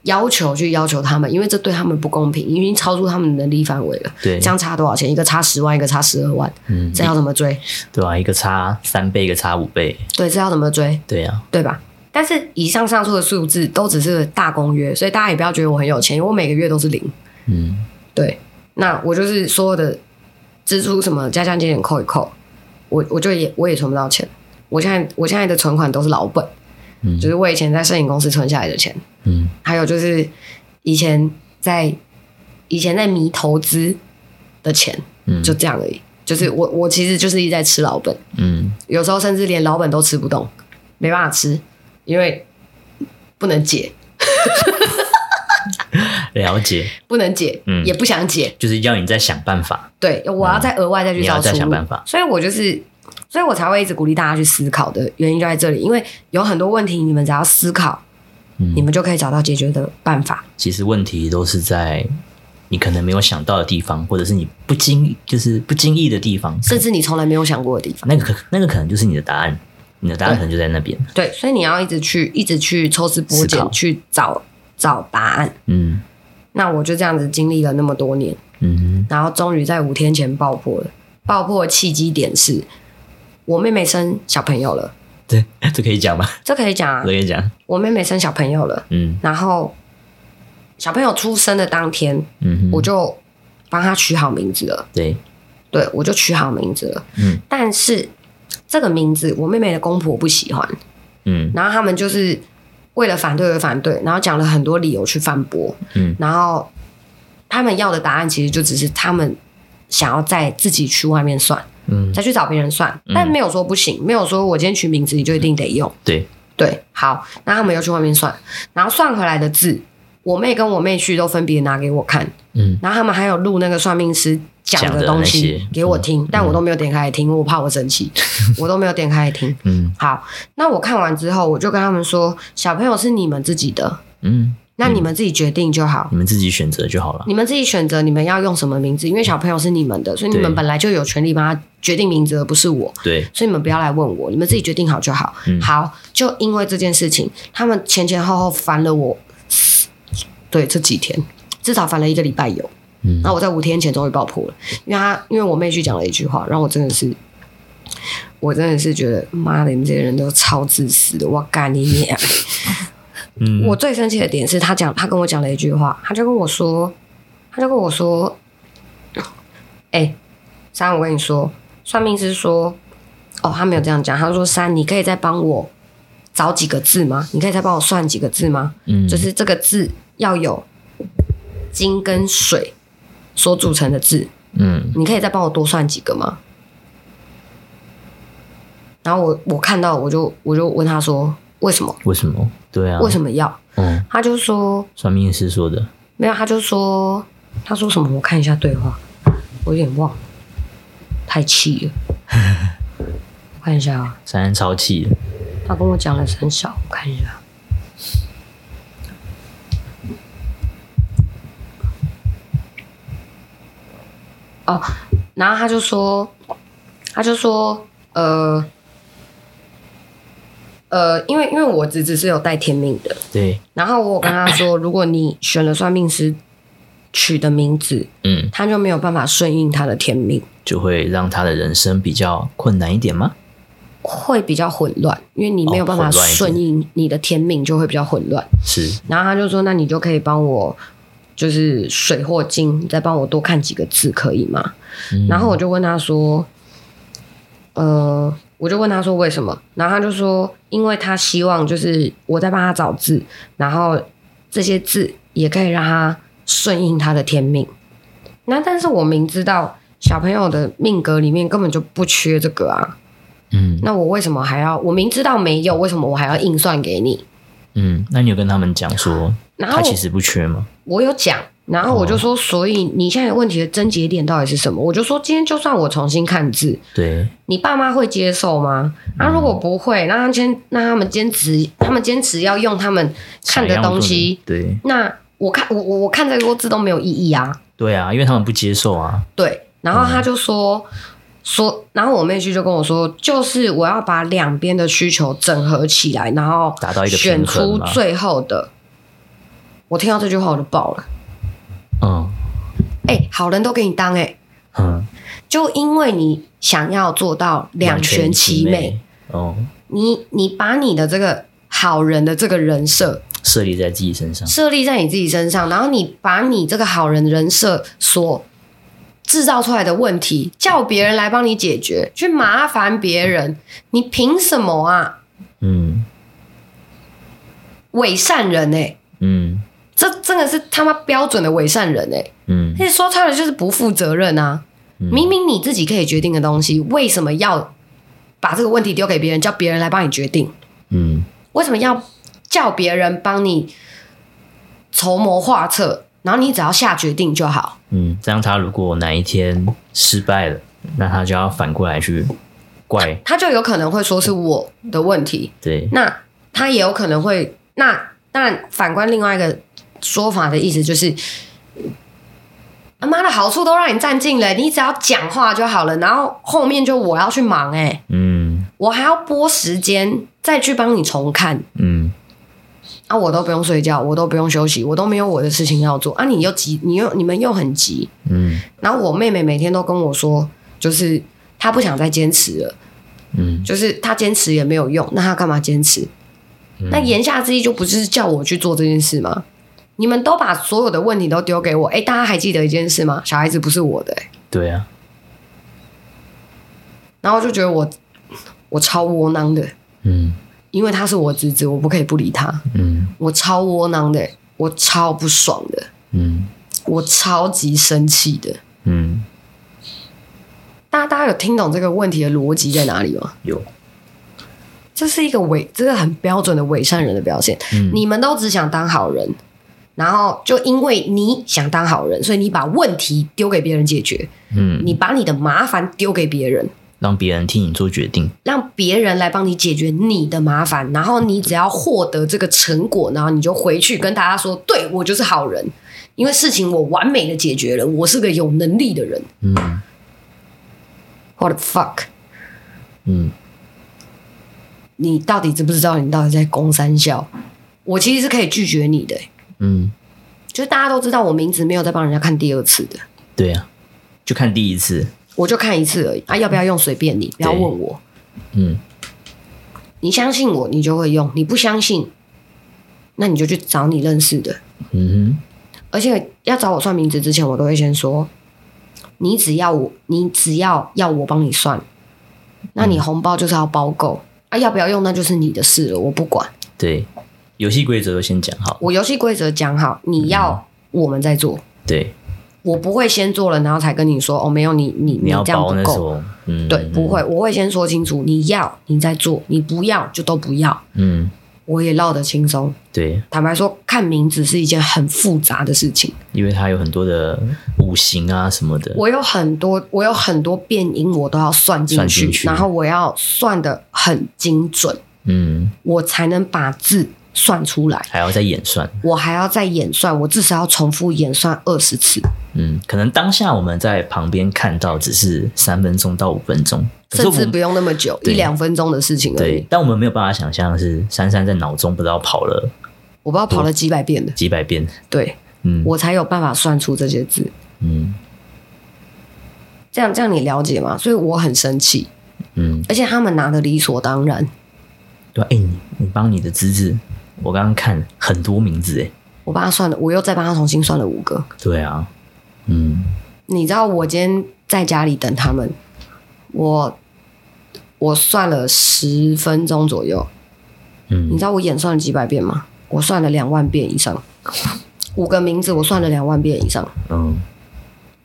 Speaker 1: 要求去要求他们，因为这对他们不公平，已经超出他们能力范围了。
Speaker 2: 对
Speaker 1: 这，样差多少钱？一个差十万，一个差十二万，
Speaker 2: 嗯，
Speaker 1: 这要怎么追？
Speaker 2: 对啊，一个差三倍，一个差五倍，
Speaker 1: 对，这要怎么追？
Speaker 2: 对啊，
Speaker 1: 对吧？但是以上上述的数字都只是大公约，所以大家也不要觉得我很有钱，因为我每个月都是零。
Speaker 2: 嗯，
Speaker 1: 对，那我就是所有的支出什么加加减减扣一扣，我我就也我也存不到钱。我现在我现在的存款都是老本，
Speaker 2: 嗯
Speaker 1: 就是我以前在摄影公司存下来的钱，
Speaker 2: 嗯，
Speaker 1: 还有就是以前在以前在迷投资的钱，
Speaker 2: 嗯
Speaker 1: 就这样而已。就是我我其实就是一直在吃老本，
Speaker 2: 嗯，
Speaker 1: 有时候甚至连老本都吃不动，没办法吃，因为不能解，
Speaker 2: 嗯了解，
Speaker 1: 不能解，
Speaker 2: 嗯
Speaker 1: 也不想解。
Speaker 2: 就是要你再想办法，
Speaker 1: 对，我要再额外再去
Speaker 2: 嗯你
Speaker 1: 找
Speaker 2: 要
Speaker 1: 出
Speaker 2: 再
Speaker 1: 路。
Speaker 2: 想办法，
Speaker 1: 所以我就是，所以我才会一直鼓励大家去思考的原因就在这里，因为有很多问题，你们只要思考，
Speaker 2: 嗯
Speaker 1: 你们就可以找到解决的办法。
Speaker 2: 其实问题都是在你可能没有想到的地方，或者是你不经就是不经意的地方，
Speaker 1: 甚至你从来没有想过的地方。
Speaker 2: 那个可那个可能就是你的答案，你的答案可能就在那边。
Speaker 1: 对，所以你要一直去，一直去抽丝剥
Speaker 2: 思考
Speaker 1: 茧，去找找答案。
Speaker 2: 嗯
Speaker 1: 那我就这样子经历了那么多年，
Speaker 2: 嗯
Speaker 1: 然后终于在五天前爆破了。爆破的契机点是，我妹妹生小朋友了，
Speaker 2: 哼，对， 这可以讲吗？
Speaker 1: 这可以讲
Speaker 2: 我
Speaker 1: 啊。
Speaker 2: 跟你讲，
Speaker 1: 我妹妹生小朋友了，
Speaker 2: 嗯
Speaker 1: 然后小朋友出生的当天，
Speaker 2: 嗯哼，
Speaker 1: 我就帮她取好名字了。
Speaker 2: 对，
Speaker 1: 对，我就取好名字了。
Speaker 2: 嗯
Speaker 1: 但是这个名字我妹妹的公婆不喜欢，
Speaker 2: 嗯
Speaker 1: 然后他们就是为了反对而反对，然后讲了很多理由去反驳，
Speaker 2: 嗯
Speaker 1: 然后他们要的答案其实就只是他们想要再自己去外面算，
Speaker 2: 嗯，
Speaker 1: 再去找别人算，但没有说不行，没有说我今天取名字你就一定得用。
Speaker 2: 对，
Speaker 1: 对，好，那他们又去外面算，然后算回来的字，我妹跟我妹婿都分别拿给我看，
Speaker 2: 嗯
Speaker 1: 然后他们还有录那个算命师讲
Speaker 2: 讲的
Speaker 1: 的东
Speaker 2: 那些嗯
Speaker 1: 西给我听，但我都没有点开来听，因为我怕我生气，我都没有点开来听。
Speaker 2: 嗯
Speaker 1: 好，那我看完之后，我就跟他们说，小朋友是你们自己的，
Speaker 2: 嗯，
Speaker 1: 那你们自己决定就好，
Speaker 2: 你们自己选择就好了。
Speaker 1: 你们自己选择你们要用什么名字，因为小朋友是你们的，所以你
Speaker 2: 对
Speaker 1: 们本来就有权利帮他决定名字，而不是我。
Speaker 2: 对，
Speaker 1: 所以你们不要来问我，你们自己决定好就好。
Speaker 2: 嗯
Speaker 1: 好，就因为这件事情，他们前前后后烦了我，对，这几天至少烦了一个礼拜有。
Speaker 2: 嗯
Speaker 1: 那我在五天前终于爆破了，因为他因为我妹去讲了一句话，让我真的是，我真的是觉得妈的，你们这些人都超自私的，我干你娘！
Speaker 2: 嗯
Speaker 1: 我最生气的点是他讲，他跟我讲了一句话，他就跟我说，他就跟我说，哎、珊，我跟你说，算命师说，哦，他没有这样讲，他说珊，你可以再帮我找几个字吗？你可以再帮我算几个字吗？
Speaker 2: 嗯
Speaker 1: 就是这个字要有金跟水所组成的字，
Speaker 2: 嗯
Speaker 1: 你可以再帮我多算几个吗？然后我我看到我就我就问他说为什么
Speaker 2: 为什么？对啊，
Speaker 1: 为什么要？
Speaker 2: 么？嗯，
Speaker 1: 他就说
Speaker 2: 算命师说的，
Speaker 1: 没有，他就说他说什么？我看一下对话，我有点忘了，太气 了。我看一下啊，
Speaker 2: 三人超气了，
Speaker 1: 他跟我讲了三小，我看一下。哦，然后他就说，他就说，呃，呃，因为因为我侄子是有带天命的，
Speaker 2: 对，
Speaker 1: 然后我有跟他说，如果你选了算命师取的名字，
Speaker 2: 嗯，
Speaker 1: 他就没有办法顺应他的天命，
Speaker 2: 就会让他的人生比较困难一点吗？
Speaker 1: 会比较混乱，因为你没有办法
Speaker 2: 哦混乱一点
Speaker 1: 顺应你的天命，就会比较混乱。
Speaker 2: 是，
Speaker 1: 然后他就说，那你就可以帮我。就是水或金，再帮我多看几个字可以吗？
Speaker 2: 嗯
Speaker 1: 然后我就问他说，呃，我就问他说为什么？然后他就说，因为他希望就是我在帮他找字，然后这些字也可以让他顺应他的天命。那但是我明知道小朋友的命格里面根本就不缺这个啊，
Speaker 2: 嗯
Speaker 1: 那我为什么还要？我明知道没有，为什么我还要硬算给你？
Speaker 2: 嗯，那你有跟他们讲说
Speaker 1: 然后
Speaker 2: 他其实不缺吗？
Speaker 1: 我有讲，然
Speaker 2: 哦
Speaker 1: 后我就说，所以你现在的问题的症结点到底是什么？我就说，今天就算我重新看字，
Speaker 2: 对，
Speaker 1: 你爸妈会接受吗？那、如果不会，那他们坚，那他们坚持，他们坚持要用他们看
Speaker 2: 想
Speaker 1: 的
Speaker 2: 要
Speaker 1: 东
Speaker 2: 做
Speaker 1: 西，，
Speaker 2: 对
Speaker 1: 那我看我我我看这个字都没有意义啊。
Speaker 2: 对啊，因为他们不接受啊，
Speaker 1: 对，然后他就说，说，然后我妹去就跟我说，就是我要把两边的需求整合起来，然后
Speaker 2: 达到一个
Speaker 1: 选
Speaker 2: 平衡
Speaker 1: 出
Speaker 2: 嘛
Speaker 1: 最后的。我听到这句话我就爆了，
Speaker 2: 嗯
Speaker 1: 哎、好人都给你当哎、
Speaker 2: 嗯，
Speaker 1: 就因为你想要做到两全其美，
Speaker 2: 哦，
Speaker 1: 你你把你的这个好人的这个人设
Speaker 2: 设立在自己身上，
Speaker 1: 设立在你自己身上，然后你把你这个好人人设所制造出来的问题，叫别人来帮你解决，去麻烦别人，你凭什么啊？
Speaker 2: 嗯
Speaker 1: 伪善人哎、
Speaker 2: 嗯
Speaker 1: 这真的是他妈标准的伪善人哎、
Speaker 2: 嗯
Speaker 1: 而且说穿了就是不负责任啊！
Speaker 2: 嗯
Speaker 1: 明明你自己可以决定的东西，为什么要把这个问题丢给别人，叫别人来帮你决定？
Speaker 2: 嗯
Speaker 1: 为什么要叫别人帮你筹谋划策，然后你只要下决定就好？
Speaker 2: 嗯，这样他如果哪一天失败了，那他就要反过来去怪，
Speaker 1: 他就有可能会说是我的问题，
Speaker 2: 对，
Speaker 1: 那他也有可能会那当然反观另外一个说法的意思就是。啊妈的好处都让你占尽了，你只要讲话就好了，然后后面就我要去忙哎、
Speaker 2: 嗯
Speaker 1: 我还要拨时间再去帮你重看
Speaker 2: 嗯
Speaker 1: 啊！我都不用睡觉，我都不用休息，我都没有我的事情要做啊！你又急，你又你们又很急，
Speaker 2: 嗯
Speaker 1: 然后我妹妹每天都跟我说，就是她不想再坚持了，
Speaker 2: 嗯
Speaker 1: 就是她坚持也没有用，那她干嘛坚持？那言下之意就不是叫我去做这件事吗？你们都把所有的问题都丢给我，哎，大家还记得一件事吗？小孩子不是我的、诶哎
Speaker 2: 对啊，
Speaker 1: 然后就觉得我我超窝囊的，
Speaker 2: 嗯
Speaker 1: 因为他是我侄子，我不可以不理他，
Speaker 2: 嗯
Speaker 1: 我超窝囊的、诶我超不爽的，
Speaker 2: 嗯
Speaker 1: 我超级生气的。
Speaker 2: 嗯，
Speaker 1: 大家大家有听懂这个问题的逻辑在哪里吗？
Speaker 2: 有，
Speaker 1: 这是一个伪，这个很标准的伪善人的表现。
Speaker 2: 嗯
Speaker 1: 你们都只想当好人，然后就因为你想当好人，所以你把问题丢给别人解决，
Speaker 2: 嗯，
Speaker 1: 你把你的麻烦丢给别人，
Speaker 2: 让别人替你做决定，
Speaker 1: 让别人来帮你解决你的麻烦，然后你只要获得这个成果，然后你就回去跟大家说，对我就是好人，因为事情我完美的解决了，我是个有能力的人。
Speaker 2: 嗯
Speaker 1: What the fuck？
Speaker 2: 嗯
Speaker 1: 你到底知不知道你到底在攻三校？我其实是可以拒绝你的、
Speaker 2: 嗯，
Speaker 1: 就是大家都知道我名字没有再帮人家看第二次的，
Speaker 2: 对啊，就看第一次，
Speaker 1: 我就看一次而已啊，要不要用随便你，不要问我。
Speaker 2: 嗯
Speaker 1: 你相信我，你就会用；你不相信，那你就去找你认识的。
Speaker 2: 嗯
Speaker 1: 而且要找我算名字之前，我都会先说，你只要我，你只要要我帮你算，那
Speaker 2: 嗯
Speaker 1: 你红包就是要包够啊，要不要用那就是你的事了，我不管。
Speaker 2: 哼，对，游戏规则都先讲好，
Speaker 1: 我游戏规则讲好，
Speaker 2: 嗯
Speaker 1: 你要我们再做。
Speaker 2: 对，
Speaker 1: 我不会先做了，然后才跟你说哦，没有你你
Speaker 2: 你要
Speaker 1: 这样
Speaker 2: 包
Speaker 1: 不
Speaker 2: 那
Speaker 1: 够
Speaker 2: 时，候，嗯，
Speaker 1: 对，不会，，我会先说清楚，你要你再做，你不要就都不要，
Speaker 2: 嗯，
Speaker 1: 我也唠得轻松。
Speaker 2: 对，
Speaker 1: 坦白说，看名字是一件很复杂的事情，
Speaker 2: 因为它有很多的五行啊什么的，
Speaker 1: 我有很多我有很多变音，我都要算进
Speaker 2: 算
Speaker 1: 去，
Speaker 2: 进去
Speaker 1: 然后我要算的很精准，
Speaker 2: 嗯，
Speaker 1: 我才能把字算出来。
Speaker 2: 还要再演算，
Speaker 1: 我还要再演算，我至少要重复演算二十次，
Speaker 2: 嗯，可能当下我们在旁边看到只是三分钟到五分钟，可是
Speaker 1: 甚
Speaker 2: 我
Speaker 1: 至
Speaker 2: 们
Speaker 1: 不用那么久，一
Speaker 2: 对
Speaker 1: 两分钟的事情而
Speaker 2: 对
Speaker 1: 已。，
Speaker 2: 但我们没有办法想象是珊珊在脑中不知道跑了
Speaker 1: 我不知道跑了几百遍的，
Speaker 2: 几百遍，
Speaker 1: 对。
Speaker 2: 嗯
Speaker 1: 我才有办法算出这些字。
Speaker 2: 嗯
Speaker 1: 这样这样你了解吗？所以我很生气，
Speaker 2: 嗯，
Speaker 1: 而且他们拿的理所当然。
Speaker 2: 对啊，哎、你你帮你的资质，我刚刚看很多名字，哎，
Speaker 1: 我帮他算了，我又再帮他重新算了五个。
Speaker 2: 对啊，嗯
Speaker 1: 你知道我今天在家里等他们，我我算了十分钟左右。你
Speaker 2: 嗯
Speaker 1: 知道我演算了几百遍吗？我算了两万遍以上，五个名字我算了两万遍以上，
Speaker 2: 嗯，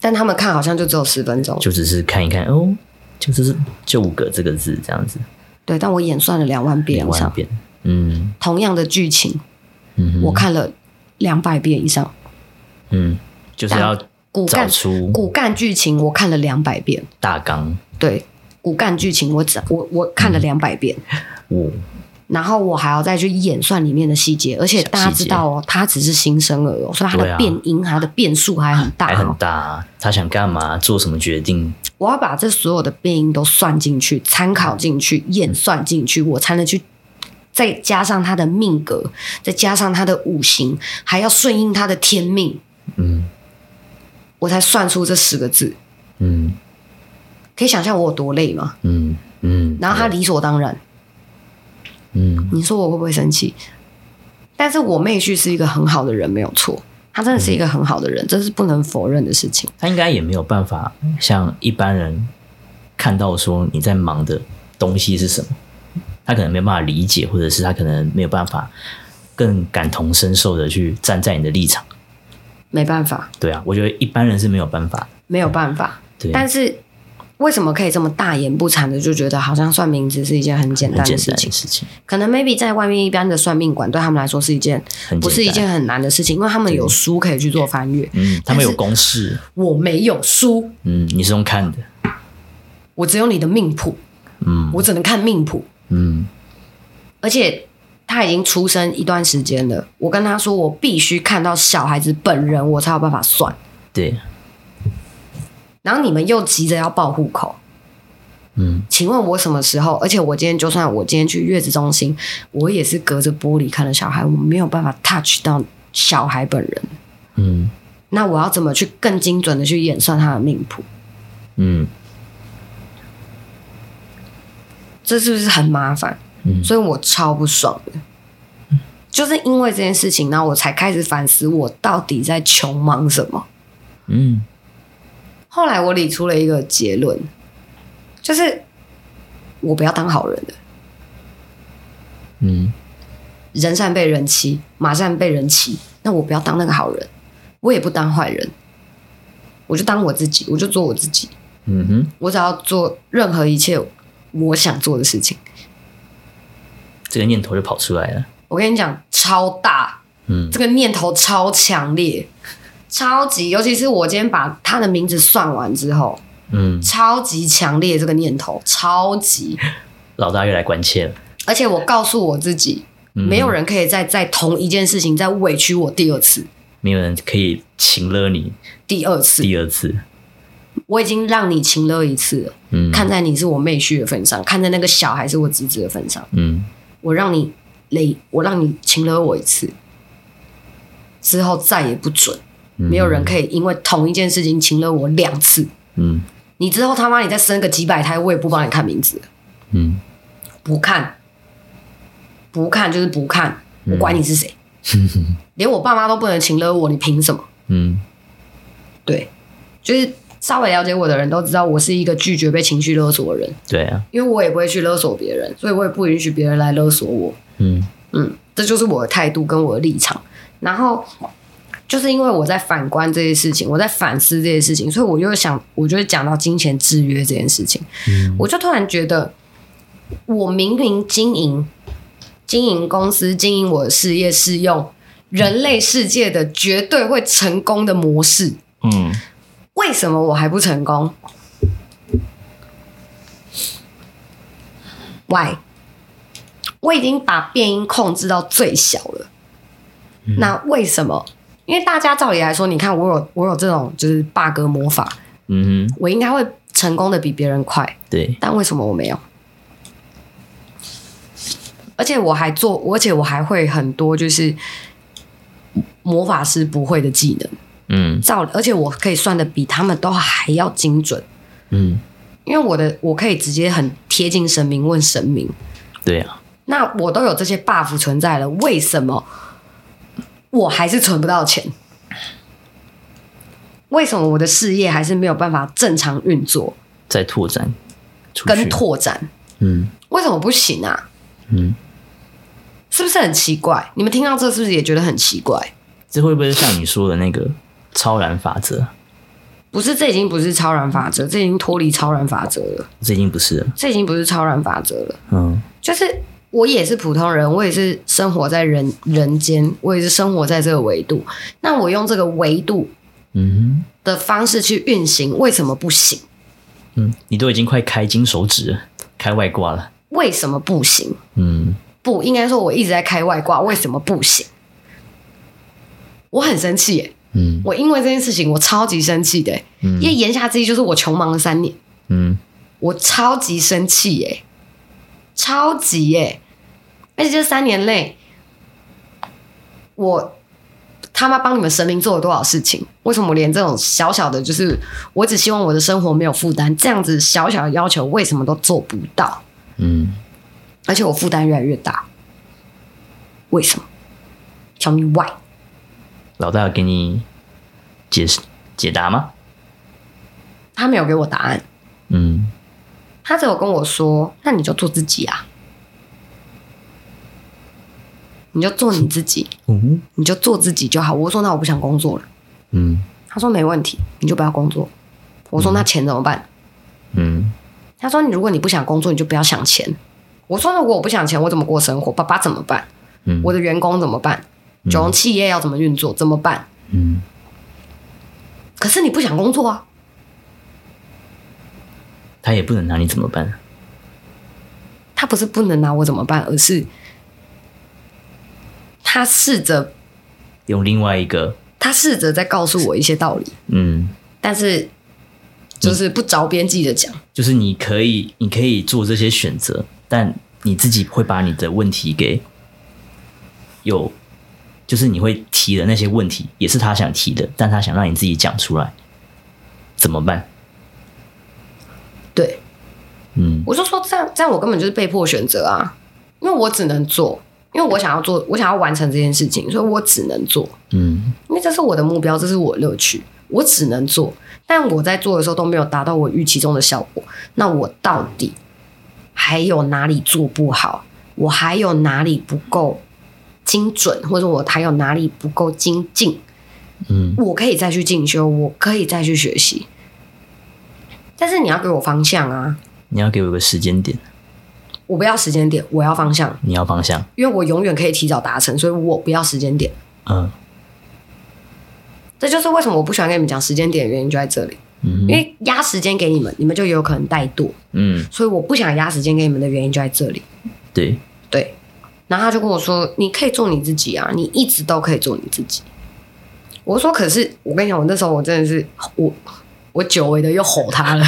Speaker 1: 但他们看好像就只有十分钟。
Speaker 2: 就只是看一看哦，就只是就五个这个字这样子，
Speaker 1: 对，但我演算了两万遍
Speaker 2: 两
Speaker 1: 以
Speaker 2: 万
Speaker 1: 上，
Speaker 2: 遍，嗯
Speaker 1: 同样的剧情
Speaker 2: 嗯哼，
Speaker 1: 我看了两百遍以上。
Speaker 2: 嗯，就是要
Speaker 1: 骨
Speaker 2: 找
Speaker 1: 干
Speaker 2: 出
Speaker 1: 骨干剧情我看了两百遍，
Speaker 2: 大纲，
Speaker 1: 对，骨干剧情我只我我看
Speaker 2: 嗯
Speaker 1: 了两百遍，
Speaker 2: 我
Speaker 1: 然后我还要再去演算里面的细节，而且
Speaker 2: 小细节
Speaker 1: 大家知道哦，他只是新生儿哦，所以他
Speaker 2: 对
Speaker 1: 的
Speaker 2: 啊
Speaker 1: 变音、他的变数还很大
Speaker 2: 还
Speaker 1: 哦
Speaker 2: 很。大啊，他想干嘛，做什么决定，
Speaker 1: 我要把这所有的变音都算进去、参考进去、
Speaker 2: 嗯
Speaker 1: 演算进去，我才能去再加上他的命格，再加上他的五行，还要顺应他的天命，
Speaker 2: 嗯
Speaker 1: 我才算出这十个字。
Speaker 2: 嗯
Speaker 1: 可以想象我有多累吗？
Speaker 2: 嗯嗯，
Speaker 1: 然后他理所当然，
Speaker 2: 嗯
Speaker 1: 你说我会不会生气？但是我妹婿是一个很好的人，没有错，他真的是一个很好的人，这是不能否认的事情。
Speaker 2: 他应该也没有办法
Speaker 1: 嗯
Speaker 2: 像一般人看到说你在忙的东西是什么，他可能没有办法理解，或者是他可能没有办法更感同身受的去站在你的立场。
Speaker 1: 没办法，
Speaker 2: 对啊，我觉得一般人是没有办法的。
Speaker 1: 没有办法。
Speaker 2: 对，
Speaker 1: 但是为什么可以这么大言不惭的就觉得好像算命只是一件很简
Speaker 2: 很
Speaker 1: 单
Speaker 2: 简
Speaker 1: 的事
Speaker 2: 单的
Speaker 1: 情？
Speaker 2: 事情，
Speaker 1: 可能 maybe 在外面一般的算命馆对他们来说是一件
Speaker 2: 很简单
Speaker 1: 不是一件很难的事情，因为他们有书可以去做翻阅。
Speaker 2: 嗯，他们有
Speaker 1: 但是
Speaker 2: 公式，
Speaker 1: 我没有书，
Speaker 2: 嗯，你是用看的，
Speaker 1: 我只有你的命谱，
Speaker 2: 嗯
Speaker 1: 我只能看命谱。
Speaker 2: 嗯
Speaker 1: 而且他已经出生一段时间了，我跟他说我必须看到小孩子本人，我才有办法算。
Speaker 2: 对，
Speaker 1: 然后你们又急着要报户口，
Speaker 2: 嗯
Speaker 1: 请问我什么时候？而且我今天就算我今天去月子中心，我也是隔着玻璃看着小孩，我没有办法 touch 到小孩本人。
Speaker 2: 嗯
Speaker 1: 那我要怎么去更精准的去演算他的命谱？
Speaker 2: 嗯
Speaker 1: 这是不是很麻烦？
Speaker 2: 嗯
Speaker 1: 所以我超不爽的。就是因为这件事情，然后我才开始反思我到底在穷忙什么。
Speaker 2: 嗯
Speaker 1: 后来我理出了一个结论，就是我不要当好人了，
Speaker 2: 嗯
Speaker 1: 人善被人欺，马善被人骑。那我不要当那个好人，我也不当坏人，我就当我自己，我就做我自己，
Speaker 2: 嗯哼，
Speaker 1: 我只要做任何一切我想做的事情。
Speaker 2: 这个念头就跑出来了，
Speaker 1: 我跟你讲，超大，
Speaker 2: 嗯
Speaker 1: 这个念头超强烈，超级，尤其是我今天把他的名字算完之后，
Speaker 2: 嗯，
Speaker 1: 超级强烈这个念头，超级。
Speaker 2: 老大又来关切了，
Speaker 1: 而且我告诉我自己，
Speaker 2: 嗯
Speaker 1: 没有人可以再在同一件事情再委屈我第二次，
Speaker 2: 没有人可以请了你
Speaker 1: 第二次，
Speaker 2: 第二次，
Speaker 1: 我已经让你情勒一次了。
Speaker 2: 嗯，
Speaker 1: 看在你是我妹婿的份上，看在那个小孩是我侄子的份上，
Speaker 2: 嗯
Speaker 1: 我让你累，我让你情勒我一次，之后再也不准。
Speaker 2: 嗯
Speaker 1: 没有人可以因为同一件事情情勒我两次。
Speaker 2: 嗯
Speaker 1: 你之后他妈你再生个几百胎，我也不帮你看名字了，
Speaker 2: 嗯
Speaker 1: 不看，不看就是不看，我管你是谁，连我爸妈都不能情勒我，你凭什么？
Speaker 2: 嗯
Speaker 1: 对，就是稍微了解我的人都知道，我是一个拒绝被情绪勒索的人，
Speaker 2: 对啊，
Speaker 1: 因为我也不会去勒索别人，所以我也不允许别人来勒索我。
Speaker 2: 嗯
Speaker 1: 嗯，这就是我的态度跟我的立场。然后就是因为我在反观这些事情，我在反思这些事情，所以我就想，我就会讲到金钱制约这件事情，我就突然觉得，我明明经营经营公司、经营我的事业是用人类世界的绝对会成功的模式，
Speaker 2: 嗯，
Speaker 1: 为什么我还不成功？Why？我已经把变音控制到最小了，那为什么？因为大家照理来说，你看我有我有这种就是 bug 魔法，
Speaker 2: 嗯哼，
Speaker 1: 我应该会成功的比别人快，
Speaker 2: 对，
Speaker 1: 但为什么我没有？而且我还做，而且我还会很多就是魔法师不会的技能。
Speaker 2: 嗯
Speaker 1: 照，而且我可以算的比他们都还要精准，
Speaker 2: 嗯，
Speaker 1: 因为我的我可以直接很贴近神明问神明，
Speaker 2: 对啊，
Speaker 1: 那我都有这些 buff 存在了，为什么我还是存不到钱？为什么我的事业还是没有办法正常运作
Speaker 2: 再拓展出去，
Speaker 1: 跟拓展？
Speaker 2: 嗯
Speaker 1: 为什么不行啊？
Speaker 2: 嗯，
Speaker 1: 是不是很奇怪？你们听到这是不是也觉得很奇怪？
Speaker 2: 这会不会像你说的那个超然法则？
Speaker 1: 不是，这已经不是超然法则，这已经脱离超然法则了，
Speaker 2: 这已经不是了，啊
Speaker 1: 这已经不是超然法则了。
Speaker 2: 嗯
Speaker 1: 就是我也是普通人，我也是生活在人人间，我也是生活在这个维度。那我用这个维度
Speaker 2: 嗯
Speaker 1: 的方式去运行，为什么不行？
Speaker 2: 嗯，你都已经快开金手指了，开外挂了，
Speaker 1: 为什么不行？
Speaker 2: 嗯
Speaker 1: 不应该说我一直在开外挂，为什么不行？我很生气耶、
Speaker 2: 嗯
Speaker 1: 我因为这件事情我超级生气的耶、
Speaker 2: 嗯
Speaker 1: 因为言下之意就是我穷忙了三年，
Speaker 2: 嗯，
Speaker 1: 我超级生气耶、超级耶、而且这三年内，我他妈帮你们神明做了多少事情？为什么我连这种小小的，就是我只希望我的生活没有负担，这样子小小的要求，为什么都做不到？
Speaker 2: 嗯，
Speaker 1: 而且我负担越来越大，为什么？Tell me why？
Speaker 2: 老大有给你解释解答吗？
Speaker 1: 他没有给我答案，
Speaker 2: 嗯，
Speaker 1: 他只有跟我说：“那你就做自己啊，你就做你自己，
Speaker 2: 嗯
Speaker 1: 你就做自己就好。”我说：“那我不想工作了。
Speaker 2: 嗯”
Speaker 1: 他说：“没问题，你就不要工作。”我说：“那钱怎么办？”
Speaker 2: 嗯
Speaker 1: 他说：“你如果你不想工作，你就不要想钱。”我说：“如果我不想钱，我怎么过生活？爸爸怎么办？
Speaker 2: 嗯，
Speaker 1: 我的员工怎么办？九龙企业要怎么运作？怎么办
Speaker 2: 嗯？”
Speaker 1: 可是你不想工作啊，
Speaker 2: 他也不能拿你怎么办？啊
Speaker 1: 他不是不能拿我怎么办，而是他试着
Speaker 2: 用另外一个
Speaker 1: 他试着在告诉我一些道理，
Speaker 2: 嗯，
Speaker 1: 但是就是不着边际的讲。
Speaker 2: 就是你可以你可以做这些选择，但你自己会把你的问题给有，就是你会提的那些问题也是他想提的，但他想让你自己讲出来，怎么办？
Speaker 1: 对
Speaker 2: 嗯
Speaker 1: 我就说这样，这样我根本就是被迫选择啊，因为我只能做，因为我想要做，我想要完成这件事情，所以我只能做。
Speaker 2: 嗯
Speaker 1: 因为这是我的目标，这是我的乐趣，我只能做。但我在做的时候都没有达到我预期中的效果，那我到底还有哪里做不好？我还有哪里不够精准，或者我还有哪里不够精进？
Speaker 2: 嗯
Speaker 1: 我可以再去进修，我可以再去学习。但是你要给我方向啊！
Speaker 2: 你要给我一个时间点，
Speaker 1: 我不要时间点，我要方向，
Speaker 2: 你要方向，
Speaker 1: 因为我永远可以提早达成，所以我不要时间点。
Speaker 2: 嗯
Speaker 1: 这就是为什么我不喜欢跟你们讲时间点的原因就在这里。
Speaker 2: 嗯
Speaker 1: 因
Speaker 2: 哼
Speaker 1: 为压时间给你们，你们就有可能怠惰，
Speaker 2: 嗯，
Speaker 1: 所以我不想压时间给你们的原因就在这里。
Speaker 2: 对，
Speaker 1: 对，然后他就跟我说：“你可以做你自己啊，你一直都可以做你自己。”我说：“可是我跟你讲，我那时候我真的是我我久违的又吼他 了，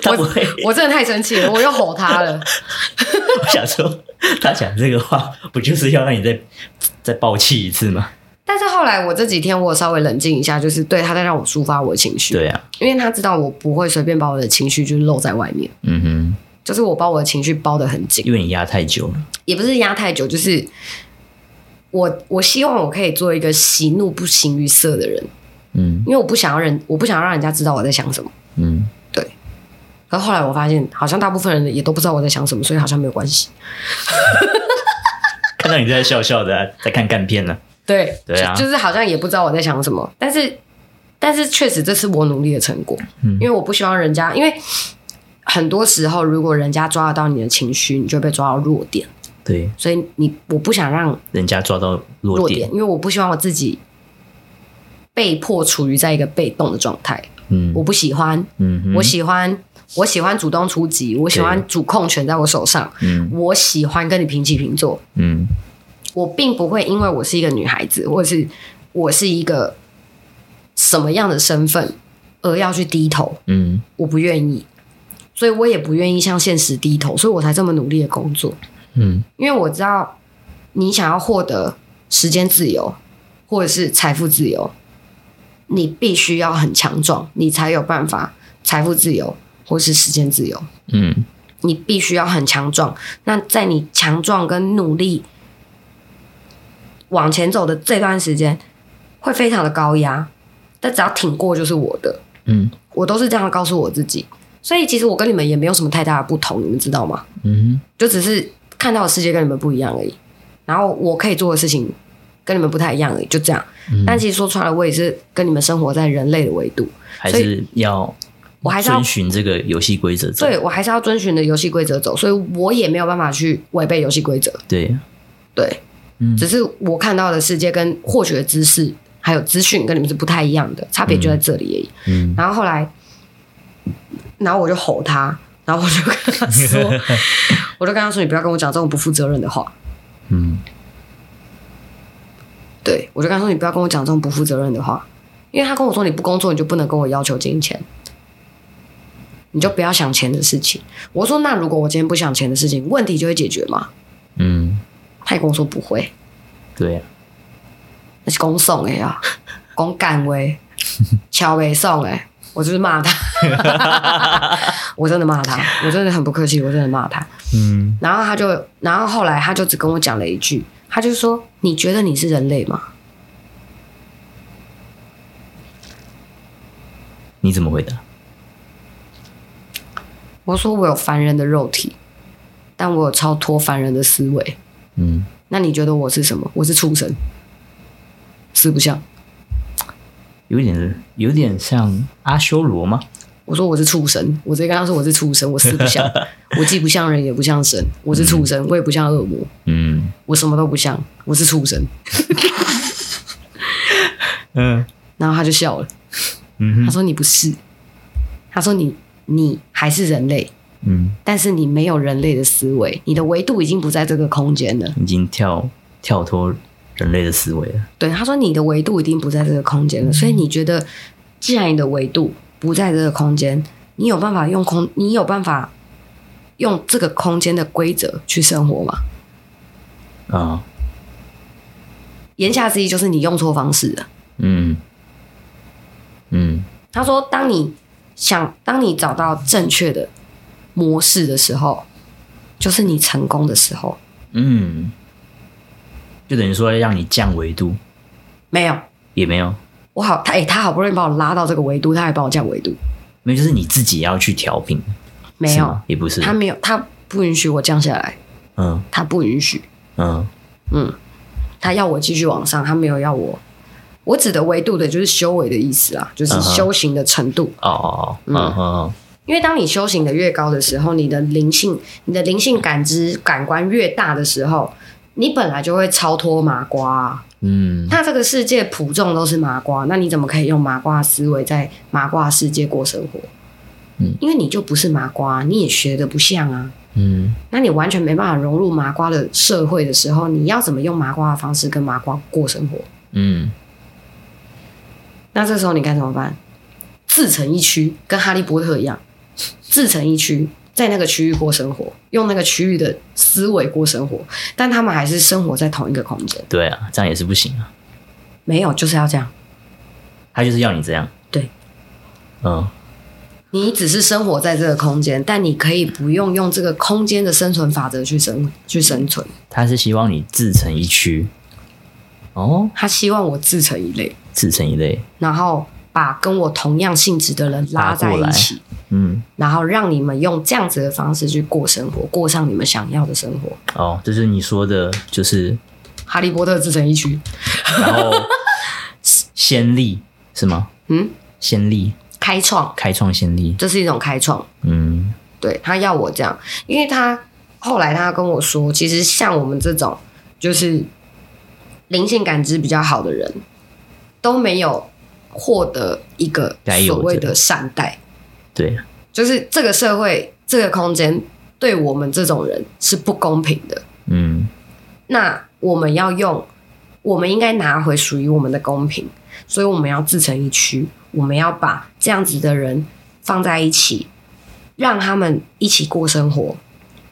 Speaker 2: 他不会，
Speaker 1: 我真的太生气了，我又吼他 了。
Speaker 2: 我想说他讲这个话，不就是要让你再再爆气一次吗？
Speaker 1: 但是后来我这几天我稍微冷静一下，就是对他在让我抒发我的情绪，
Speaker 2: 对啊，
Speaker 1: 因为他知道我不会随便把我的情绪就露在外面，
Speaker 2: 嗯哼，
Speaker 1: 就是我把我的情绪包得很紧。”
Speaker 2: 因为你压太久了，
Speaker 1: 也不是压太久，就是我我希望我可以做一个喜怒不形于色的人，
Speaker 2: 嗯
Speaker 1: 因为我不想要人，我不想让人家知道我在想什么。
Speaker 2: 嗯，
Speaker 1: 可后来我发现，好像大部分人也都不知道我在想什么，所以好像没有关系。
Speaker 2: 看到你在笑笑的、啊，在看干片呢、
Speaker 1: 对，
Speaker 2: 对啊
Speaker 1: 就，就是好像也不知道我在想什么，但是但是确实这是我努力的成果，
Speaker 2: 嗯
Speaker 1: 因为我不希望人家，因为很多时候如果人家抓得到你的情绪，你就被抓到弱点，
Speaker 2: 对，
Speaker 1: 所以你我不想让
Speaker 2: 人家抓到弱
Speaker 1: 弱
Speaker 2: 点
Speaker 1: 点，，因为我不希望我自己被迫处于在一个被动的状态。
Speaker 2: 嗯
Speaker 1: 我不喜欢，
Speaker 2: 嗯哼，
Speaker 1: 我喜欢，我喜欢主动出击，我喜欢主控权在我手上，
Speaker 2: 嗯
Speaker 1: 我喜欢跟你平起平坐。
Speaker 2: 嗯
Speaker 1: 我并不会因为我是一个女孩子，或者是我是一个什么样的身份而要去低头，
Speaker 2: 嗯
Speaker 1: 我不愿意，所以我也不愿意向现实低头，所以我才这么努力的工作。
Speaker 2: 嗯
Speaker 1: 因为我知道你想要获得时间自由或者是财富自由，你必须要很强壮，你才有办法财富自由或是时间自由。
Speaker 2: 嗯
Speaker 1: 你必须要很强壮。那在你强壮跟努力往前走的这段时间，会非常的高压，但只要挺过就是我的。
Speaker 2: 嗯
Speaker 1: 我都是这样告诉我自己，所以其实我跟你们也没有什么太大的不同，你们知道吗？
Speaker 2: 嗯
Speaker 1: 就只是看到的世界跟你们不一样而已。然后我可以做的事情跟你们不太一样而已，就这样。
Speaker 2: 嗯
Speaker 1: 但其实说穿了，我也是跟你们生活在人类的维度，
Speaker 2: 还是要
Speaker 1: 我还是要
Speaker 2: 遵循这个游戏规则走，
Speaker 1: 对我还是要遵循的游戏规则走，所以我也没有办法去违背游戏规则。
Speaker 2: 对，
Speaker 1: 对，
Speaker 2: 嗯
Speaker 1: 只是我看到的世界跟获取的知识还有资讯跟你们是不太一样的，差别就在这里而已。
Speaker 2: 嗯
Speaker 1: 然后后来，然后我就吼他，然后我就跟他说， 我就跟他说，你不要跟我讲这种不负责任的话。
Speaker 2: 嗯
Speaker 1: 对，我就跟他说你不要跟我讲这种不负责任的话，因为他跟我说你不工作你就不能跟我要求金钱，你就不要想钱的事情。我说那如果我今天不想钱的事情，问题就会解决吗？
Speaker 2: 嗯，
Speaker 1: 他也跟我说不会，
Speaker 2: 对啊，
Speaker 1: 那是公送的呀，公干威，乔北送哎，我就是骂他， 我真的骂他，我真的很不客气，我真的骂他。
Speaker 2: 嗯
Speaker 1: 然后他就，然后后来他就只跟我讲了一句，他就说：“你觉得你是人类吗
Speaker 2: 你怎么回答？？”
Speaker 1: 我说：“我有凡人的肉体，但我有超脱凡人的思维。
Speaker 2: 嗯，
Speaker 1: 那你觉得我是什么？我是畜生，是不像。
Speaker 2: 有点有点像阿修罗吗？
Speaker 1: 我说我是畜生，我直接跟他说我是畜生，我四不像，我既不像人也不像神，我是畜生，我也不像恶魔，
Speaker 2: 嗯
Speaker 1: 我什么都不像，我是畜生。
Speaker 2: 嗯
Speaker 1: 然后他就笑了，
Speaker 2: 嗯
Speaker 1: 他说你不是，他说你你还是人类，
Speaker 2: 嗯，
Speaker 1: 但是你没有人类的思维，你的维度已经不在这个空间了。
Speaker 2: 已经跳跳脱人类的思维了。
Speaker 1: 对，他说你的维度已经不在这个空间了，所以你觉得，既然你的维度不在这个空间，你有办法用空，你有办法用这个空间的规则去生活吗？
Speaker 2: 啊，
Speaker 1: 言下之意就是你用错方式了。
Speaker 2: 嗯嗯
Speaker 1: 他说，当你想，当你找到正确的模式的时候，就是你成功的时候。
Speaker 2: 嗯，就等于说让你降维度
Speaker 1: 没有，
Speaker 2: 也没有，
Speaker 1: 我好，他诶、他好不容易把我拉到这个维度，他还把我降维度，
Speaker 2: 没有就是你自己要去调频，
Speaker 1: 没
Speaker 2: 是
Speaker 1: 有
Speaker 2: 吗，也不是，
Speaker 1: 他没有，他不允许我降下来，
Speaker 2: 嗯
Speaker 1: 他不允许，
Speaker 2: 嗯
Speaker 1: 他要我继续往上，他没有要我。我指的维度的就是修为的意思啊，就是
Speaker 2: 嗯哼
Speaker 1: 修行的程度。
Speaker 2: 哦哦哦哦哦，
Speaker 1: 因为当你修行的越高的时候，你的灵性、你的灵性感知、感官越大的时候，你本来就会超脱麻瓜、啊。
Speaker 2: 嗯
Speaker 1: 那这个世界普众都是麻瓜，那你怎么可以用麻瓜的思维在麻瓜的世界过生活？
Speaker 2: 嗯，
Speaker 1: 因为你就不是麻瓜，啊你也学的不像啊。
Speaker 2: 嗯
Speaker 1: 那你完全没办法融入麻瓜的社会的时候，你要怎么用麻瓜的方式跟麻瓜过生活？
Speaker 2: 嗯，
Speaker 1: 那这时候你该怎么办？自成一区，跟哈利波特一样，自成一区，在那个区域过生活，用那个区域的思维过生活，但他们还是生活在同一个空间，
Speaker 2: 对啊，这样也是不行啊，
Speaker 1: 没有就是要这样。
Speaker 2: 他就是要你这样，
Speaker 1: 对，
Speaker 2: 嗯
Speaker 1: 你只是生活在这个空间，但你可以不用用这个空间的生存法则去生去生存。
Speaker 2: 他是希望你自成一区，哦，
Speaker 1: 他希望我自成一类，
Speaker 2: 自成一类，
Speaker 1: 然后把跟我同样性质的人拉在一起，
Speaker 2: 嗯，
Speaker 1: 然后让你们用这样子的方式去过生活，过上你们想要的生活。
Speaker 2: 哦，这就是你说的，就是
Speaker 1: 哈利波特自成一区，
Speaker 2: 然 后先例是吗？
Speaker 1: 嗯，
Speaker 2: 先例，
Speaker 1: 开创，
Speaker 2: 开创先例，
Speaker 1: 这是一种开创。
Speaker 2: 嗯
Speaker 1: 对他要我这样，因为他后来他跟我说，其实像我们这种就是灵性感知比较好的人，都没有获得一个
Speaker 2: 该有的
Speaker 1: 所谓的善待，
Speaker 2: 对，啊
Speaker 1: 就是这个社会这个空间对我们这种人是不公平的。
Speaker 2: 嗯
Speaker 1: 那我们要用，我们应该拿回属于我们的公平，所以我们要自成一区，我们要把这样子的人放在一起，让他们一起过生活，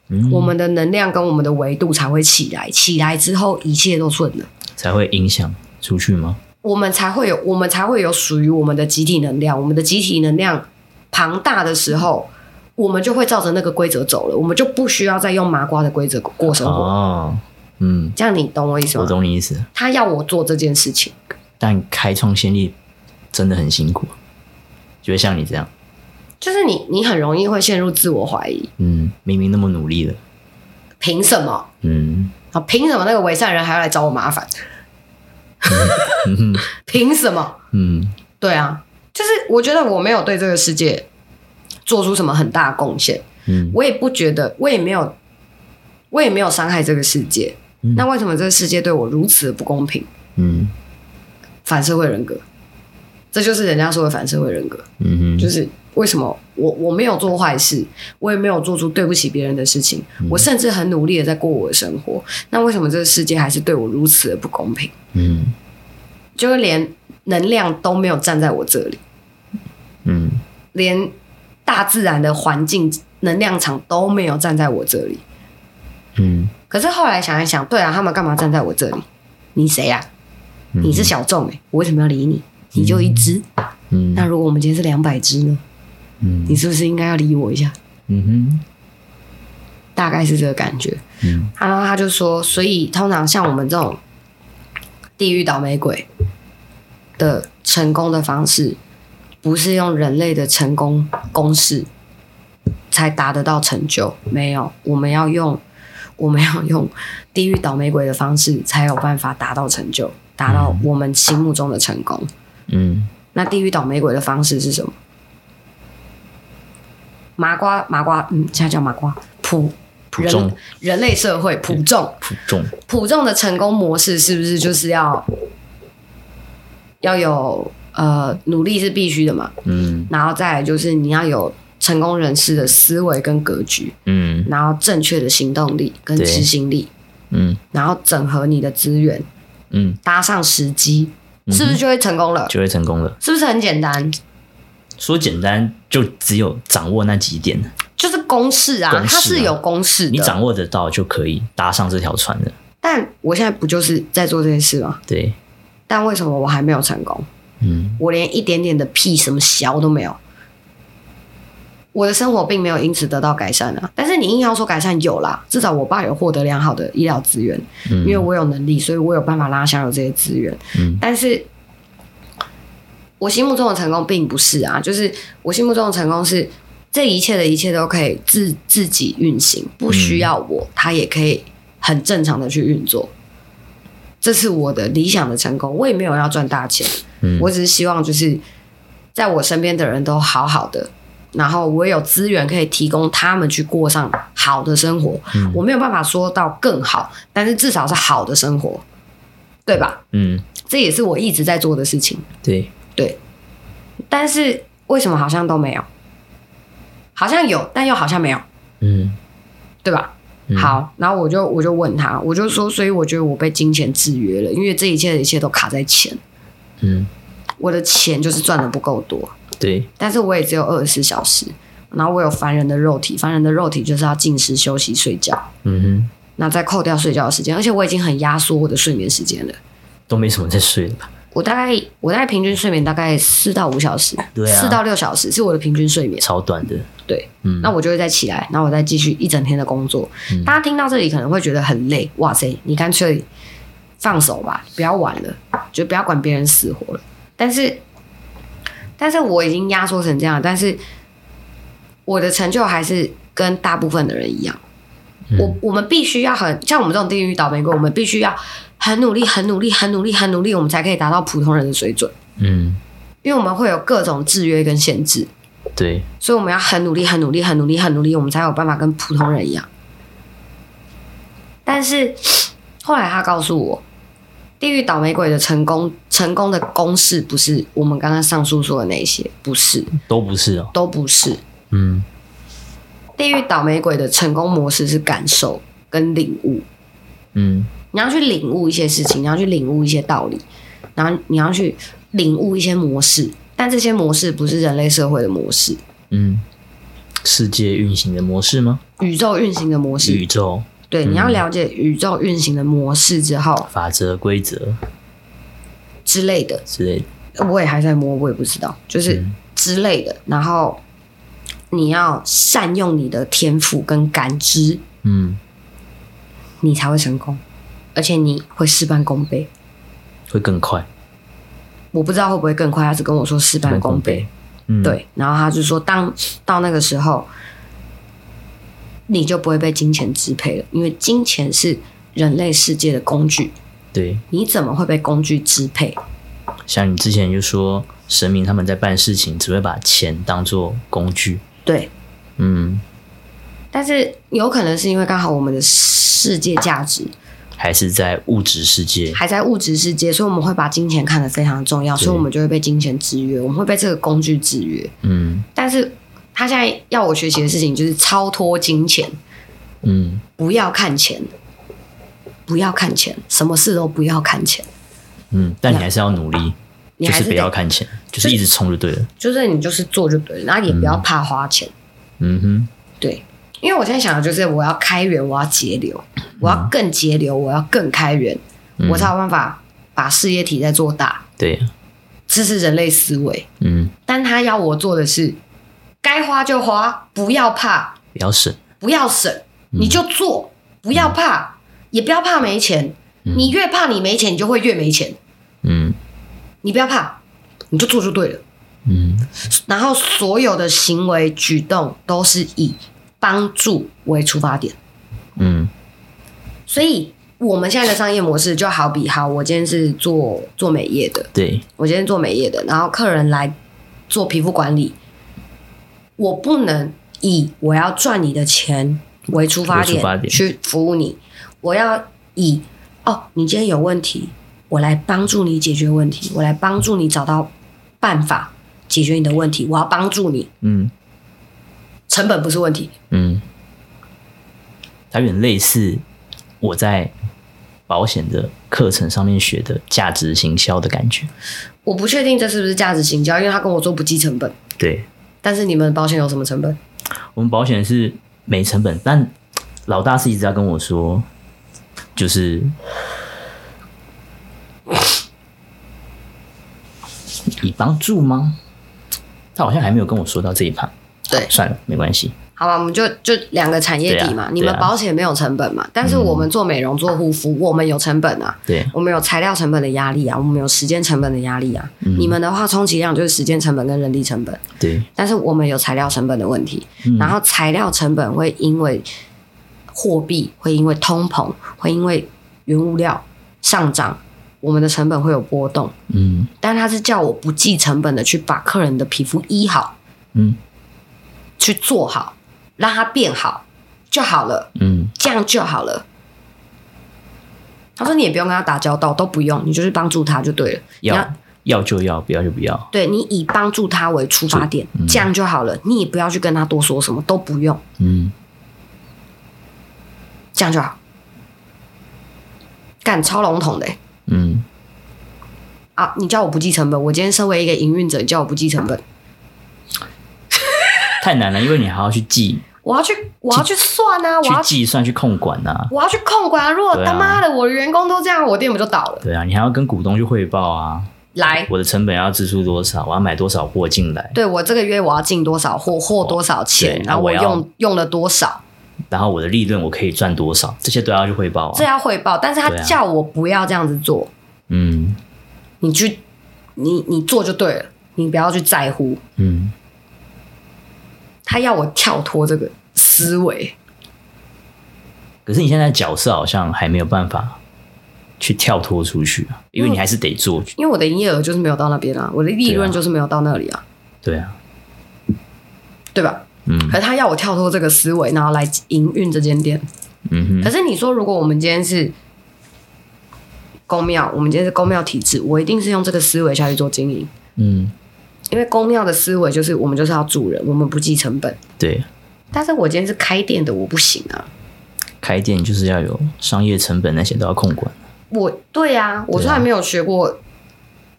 Speaker 2: 嗯，
Speaker 1: 我们的能量跟我们的维度才会起来，起来之后一切都顺了，
Speaker 2: 才会影响出去吗？
Speaker 1: 我们才会有，我们才会有属于我们的集体能量，我们的集体能量庞大的时候。我们就会照着那个规则走了，我们就不需要再用麻瓜的规则过生活。
Speaker 2: 哦，嗯，
Speaker 1: 这样你懂我意思
Speaker 2: 我
Speaker 1: 吗？
Speaker 2: 懂你意思，
Speaker 1: 他要我做这件事情，
Speaker 2: 但开创先例真的很辛苦，就会像你这样，
Speaker 1: 就是你，你很容易会陷入自我怀疑。
Speaker 2: 嗯，明明那么努力了，
Speaker 1: 凭什么
Speaker 2: 嗯，
Speaker 1: 啊？凭什么那个伪善人还要来找我麻烦？凭什么？
Speaker 2: 嗯
Speaker 1: 对啊，就是我觉得我没有对这个世界做出什么很大的贡献，
Speaker 2: 嗯
Speaker 1: 我也不觉得，我也没有，我也没有伤害这个世界。
Speaker 2: 嗯
Speaker 1: 那为什么这个世界对我如此的不公平？
Speaker 2: 嗯
Speaker 1: 反社会人格，这就是人家说的反社会人格。
Speaker 2: 嗯，
Speaker 1: 就是是为什么我我没有做坏事，我也没有做出对不起别人的事情，
Speaker 2: 嗯
Speaker 1: 我甚至很努力的在过我的生活，那为什么这个世界还是对我如此的不公平？
Speaker 2: 嗯
Speaker 1: 就是连能量都没有站在我这里，
Speaker 2: 嗯
Speaker 1: 连大自然的环境能量场都没有站在我这里。
Speaker 2: 嗯，
Speaker 1: 可是后来想一想，对啊，他们干嘛站在我这里？你谁呀、
Speaker 2: 嗯
Speaker 1: 你是小众哎、我为什么要理你？你就一只，
Speaker 2: 嗯
Speaker 1: 那如果我们今天是两百只呢？
Speaker 2: 嗯
Speaker 1: 你是不是应该要理我一下？
Speaker 2: 嗯
Speaker 1: 大概是这个感觉。
Speaker 2: 哼嗯
Speaker 1: 然后他就说，所以通常像我们这种地狱倒霉鬼的成功的方式，不是用人类的成功公式才达得到成就，没有，我们要用我们要用地狱倒霉鬼的方式，才有办法达到成就，达到我们心目中的成功。
Speaker 2: 嗯
Speaker 1: 那地狱倒霉鬼的方式是什么？麻瓜，麻瓜，嗯，现在叫麻瓜，普
Speaker 2: 普
Speaker 1: 人
Speaker 2: 众
Speaker 1: 人类社会普众，
Speaker 2: 普众
Speaker 1: 普众的成功模式是不是就是要要有呃努力是必须的嘛？
Speaker 2: 嗯
Speaker 1: 然后再来就是你要有成功人士的思维跟格局，
Speaker 2: 嗯
Speaker 1: 然后正确的行动力跟
Speaker 2: 对
Speaker 1: 执行力，
Speaker 2: 嗯
Speaker 1: 然后整合你的资源，
Speaker 2: 嗯
Speaker 1: 搭上时机，
Speaker 2: 哼
Speaker 1: 是不是就会成功了？
Speaker 2: 就会成功了。
Speaker 1: 是不是很简单？
Speaker 2: 说简单，就只有掌握那几点，
Speaker 1: 就是公式啊，
Speaker 2: 公式啊
Speaker 1: 它是有公式的。
Speaker 2: 你掌握得到就可以搭上这条船了。
Speaker 1: 但我现在不就是在做这件事吗？
Speaker 2: 对，
Speaker 1: 但为什么我还没有成功？
Speaker 2: 嗯
Speaker 1: 我连一点点的屁什么小都没有，我的生活并没有因此得到改善啊。但是你硬要说改善有啦，至少我爸有获得良好的医疗资源，
Speaker 2: 嗯，
Speaker 1: 因为我有能力，所以我有办法让他享有这些资源。
Speaker 2: 嗯
Speaker 1: 但是我心目中的成功并不是啊，就是我心目中的成功是这一切的一切都可以自自己运行，不
Speaker 2: 嗯
Speaker 1: 需要我，它也可以很正常的去运作。这是我的理想的成功，我也没有要赚大钱，
Speaker 2: 嗯
Speaker 1: 我只是希望就是在我身边的人都好好的，然后我有资源可以提供他们去过上好的生活。
Speaker 2: 嗯
Speaker 1: 我没有办法说到更好，但是至少是好的生活，对吧？
Speaker 2: 嗯
Speaker 1: 这也是我一直在做的事情。
Speaker 2: 对，
Speaker 1: 但是为什么好像都没有？好像有，但又好像没有，
Speaker 2: 嗯
Speaker 1: 对吧？
Speaker 2: 嗯
Speaker 1: 好，然后我就我就问他，我就说，所以我觉得我被金钱制约了，因为这一切的一切都卡在钱，
Speaker 2: 嗯
Speaker 1: 我的钱就是赚的不够多，
Speaker 2: 对，
Speaker 1: 但是我也只有二十四小时，然后我有凡人的肉体，凡人的肉体就是要进食、休息、睡觉，
Speaker 2: 嗯
Speaker 1: 那再扣掉睡觉的时间，而且我已经很压缩我的睡眠时间了。
Speaker 2: 哼，都没什么在睡了吧？
Speaker 1: 我大概我大概平均睡眠大概四到五小时，
Speaker 2: 对啊
Speaker 1: 四到六小时是我的平均睡眠。
Speaker 2: 超短的，
Speaker 1: 对，
Speaker 2: 嗯
Speaker 1: 那我就会再起来，然后我再继续一整天的工作。
Speaker 2: 嗯
Speaker 1: 大家听到这里可能会觉得很累，哇塞，你干脆放手吧，不要玩了，就不要管别人死活了。但是，但是我已经压缩成这样，但是我的成就还是跟大部分的人一样。
Speaker 2: 嗯
Speaker 1: 我我们必须要很像我们这种地狱倒霉鬼，我们必须要很努力、很努力、很努力、很努力，我们才可以达到普通人的水准，
Speaker 2: 嗯
Speaker 1: 因为我们会有各种制约跟限制。
Speaker 2: 对，
Speaker 1: 所以我们要很努力、很努力、很努力、很努力，我们才有办法跟普通人一样。但是后来他告诉我，地狱倒霉鬼的成功成功的公式不是我们刚刚上述说的那些，不是，
Speaker 2: 都不是哦，
Speaker 1: 都不是。
Speaker 2: 嗯
Speaker 1: 地狱倒霉鬼的成功模式是感受跟领悟，
Speaker 2: 嗯
Speaker 1: 你要去领悟一些事情，你要去领悟一些道理，然后你要去领悟一些模式，但这些模式不是人类社会的模式，
Speaker 2: 嗯，世界运行的模式吗？
Speaker 1: 宇宙运行的模式，
Speaker 2: 宇宙
Speaker 1: 对，你要了解宇宙运行的模式之后
Speaker 2: 法则、规则
Speaker 1: 之类的，
Speaker 2: 之类的，
Speaker 1: 我也还在摸，我也不知道，就是
Speaker 2: 嗯
Speaker 1: 之类的。然后你要善用你的天赋跟感知，
Speaker 2: 嗯，
Speaker 1: 你才会成功，而且你会事半功倍。
Speaker 2: 会更快，
Speaker 1: 我不知道会不会更快，他只跟我说事半功倍。，
Speaker 2: 嗯，，
Speaker 1: 对，然后他就说，当到那个时候，你就不会被金钱支配了，因为金钱是人类世界的工具，
Speaker 2: 对，
Speaker 1: 你怎么会被工具支配？
Speaker 2: 像你之前就说神明他们在办事情只会把钱当做工具，
Speaker 1: 对，
Speaker 2: 嗯，
Speaker 1: 但是有可能是因为刚好我们的世界价值
Speaker 2: 还是在物质世界，
Speaker 1: 还在物质世界，所以我们会把金钱看得非常重要，所以我们就会被金钱制约，我们会被这个工具制约。
Speaker 2: 嗯
Speaker 1: 但是他现在要我学习的事情就是超脱金钱，
Speaker 2: 嗯
Speaker 1: 不要看钱，不要看钱，什么事都不要看钱。
Speaker 2: 嗯，但你还是要努力，
Speaker 1: 你
Speaker 2: 就
Speaker 1: 还
Speaker 2: 是
Speaker 1: 是
Speaker 2: 不
Speaker 1: 得
Speaker 2: 要看钱，就是一直冲就对了。
Speaker 1: 就是你就是做就对了，然后也不要怕花钱。
Speaker 2: 嗯哼，
Speaker 1: 对，因为我现在想的就是我要开源，我要节流，我要更节流，我要更开源，
Speaker 2: 嗯
Speaker 1: 我才有办法把事业体再做大。
Speaker 2: 对，
Speaker 1: 这是人类思维，
Speaker 2: 嗯，
Speaker 1: 但他要我做的是该花就花，不要怕，
Speaker 2: 不要省，
Speaker 1: 不要省，你就做，不要怕，也不要怕没钱。你越怕你没钱，你就会越没钱。
Speaker 2: 嗯
Speaker 1: 你不要怕，你就做就对了。
Speaker 2: 嗯
Speaker 1: 然后所有的行为举动都是以帮助为出发点。
Speaker 2: 嗯
Speaker 1: 所以我们现在的商业模式就好比，好，我今天是做做美业的，
Speaker 2: 对，
Speaker 1: 我今天做美业的，然后客人来做皮肤管理，我不能以我要赚你的钱为出发
Speaker 2: 为出发
Speaker 1: 点
Speaker 2: 点
Speaker 1: 去服务你，我要以哦，你今天有问题，我来帮助你解决问题，我来帮助你找到办法解决你的问题，我要帮助你，
Speaker 2: 嗯
Speaker 1: 成本不是问题，
Speaker 2: 嗯，它有点类似我在保险的课程上面学的价值行销的感觉。
Speaker 1: 我不确定这是不是价值行销，因为他跟我说不计成本，
Speaker 2: 对，
Speaker 1: 但是你们保险有什么成本？
Speaker 2: 我们保险是没成本，但老大是一直要跟我说，就是以帮助吗？他好像还没有跟我说到这一趴，
Speaker 1: 对，
Speaker 2: 算了，没关系。
Speaker 1: 好吧，我们就就两个产业底嘛，
Speaker 2: 对啊嗯
Speaker 1: 你们保险没有成本嘛，但是我们做美容、做护肤，我们有成本啊，
Speaker 2: 对，
Speaker 1: 我们有材料成本的压力啊，我们有时间成本的压力啊。
Speaker 2: 嗯
Speaker 1: 你们的话，充其量就是时间成本跟人力成本，
Speaker 2: 对，
Speaker 1: 但是我们有材料成本的问题，
Speaker 2: 嗯
Speaker 1: 然后材料成本会因为货币，会因为通膨，会因为原物料上涨，我们的成本会有波动，
Speaker 2: 嗯
Speaker 1: 但他是叫我不计成本的去把客人的皮肤医好，
Speaker 2: 嗯
Speaker 1: 去做好，让它变好就好了。
Speaker 2: 嗯
Speaker 1: 这样就好了。他说你也不用跟他打交道，都不用，你就是帮助他就对了。你
Speaker 2: 要要就要，不要就不要。
Speaker 1: 对你以帮助他为出发点，这样就好了。你也不要去跟他多说什么，都不用，
Speaker 2: 嗯，
Speaker 1: 这样就好。干超笼统的、欸
Speaker 2: 嗯，
Speaker 1: 啊！你叫我不计成本，我今天身为一个营运者，你叫我不计成本，
Speaker 2: 太难了，因为你还要去记、
Speaker 1: 我要去我要去算啊，我
Speaker 2: 去
Speaker 1: 要
Speaker 2: 计算、去控管啊。
Speaker 1: 我要去控管啊。如果
Speaker 2: 对啊
Speaker 1: 他妈的我的员工都这样，我店不就倒了？
Speaker 2: 对啊，你还要跟股东去汇报啊。
Speaker 1: 来，
Speaker 2: 我的成本要支出多少？我要买多少货进来？
Speaker 1: 对我这个月我要进多少货，货多少钱，
Speaker 2: 对
Speaker 1: 然后
Speaker 2: 啊我
Speaker 1: 我
Speaker 2: 要哦
Speaker 1: 用用了多少，
Speaker 2: 然后我的利润我可以赚多少，这些都要去汇报
Speaker 1: 这
Speaker 2: 啊。
Speaker 1: 要汇报，但是他
Speaker 2: 对啊
Speaker 1: 叫我不要这样子做，
Speaker 2: 嗯
Speaker 1: 你去，你你做就对了，你不要去在乎。
Speaker 2: 嗯，
Speaker 1: 他要我跳脱这个思维，
Speaker 2: 可是你现在角色好像还没有办法去跳脱出去啊，因为你还是得做。
Speaker 1: 因为我的营业额就是没有到那边啊，我的利润
Speaker 2: 对啊
Speaker 1: 就是没有到那里啊，
Speaker 2: 对啊，
Speaker 1: 对吧？
Speaker 2: 嗯
Speaker 1: 可是他要我跳脱这个思维，然后来营运这间店。
Speaker 2: 嗯
Speaker 1: 可
Speaker 2: 哼，
Speaker 1: 是你说，如果我们今天是公庙，我们今天是公庙体制，我一定是用这个思维下去做经营，
Speaker 2: 嗯，
Speaker 1: 因为公庙的思维就是我们就是要助人，我们不计成本。
Speaker 2: 对，
Speaker 1: 但是我今天是开店的，我不行啊。
Speaker 2: 开店就是要有商业成本那些都要控管，
Speaker 1: 我对呀、
Speaker 2: 啊
Speaker 1: 我虽然没有学过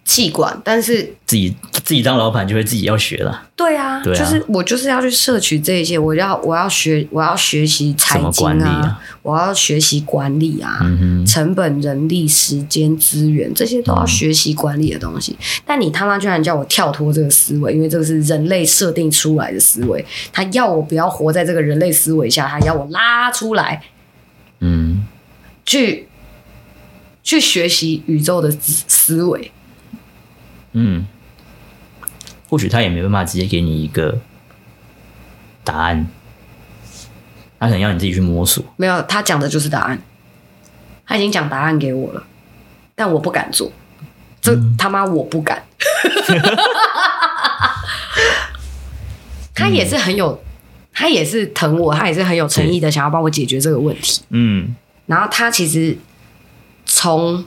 Speaker 1: 气管，但是
Speaker 2: 自己自己当老板就会自己要学了，
Speaker 1: 对啊，
Speaker 2: 对啊
Speaker 1: 就是我就是要去摄取这一些，我要我要学我要学习财
Speaker 2: 怎么
Speaker 1: 经
Speaker 2: 管理
Speaker 1: 啊，
Speaker 2: 啊
Speaker 1: 我要学习管理啊。
Speaker 2: 嗯哼，
Speaker 1: 成本、人力、时间、资源，这些都要学习管理的东西。但你他妈居然叫我跳脱这个思维，因为这个是人类设定出来的思维，他要我不要活在这个人类思维下，他要我拉出来
Speaker 2: 嗯
Speaker 1: 去去学习宇宙的思思维。
Speaker 2: 嗯，或许他也没办法直接给你一个答案，他可能要你自己去摸索。
Speaker 1: 没有，他讲的就是答案，他已经讲答案给我了，但我不敢做，这、他妈我不敢。他也是很有，他也是疼我，他也是很有诚意的，想要帮我解决这个问题。
Speaker 2: 嗯
Speaker 1: 然后他其实从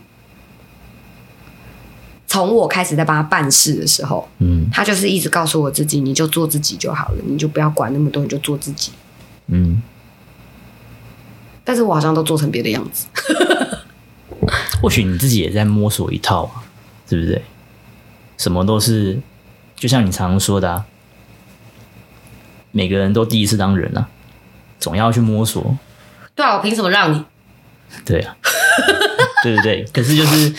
Speaker 1: 从我开始在帮他办事的时候，
Speaker 2: 嗯
Speaker 1: 他就是一直告诉我自己，你就做自己就好了，你就不要管那么多，你就做自己。
Speaker 2: 嗯，
Speaker 1: 但是我好像都做成别的样子。
Speaker 2: 或许你自己也在摸索一套啊，对不对？什么都是，就像你常说的、啊，每个人都第一次当人啊，总要去摸索。
Speaker 1: 对啊，我凭什么让你？
Speaker 2: 对啊， 对对对。可是就是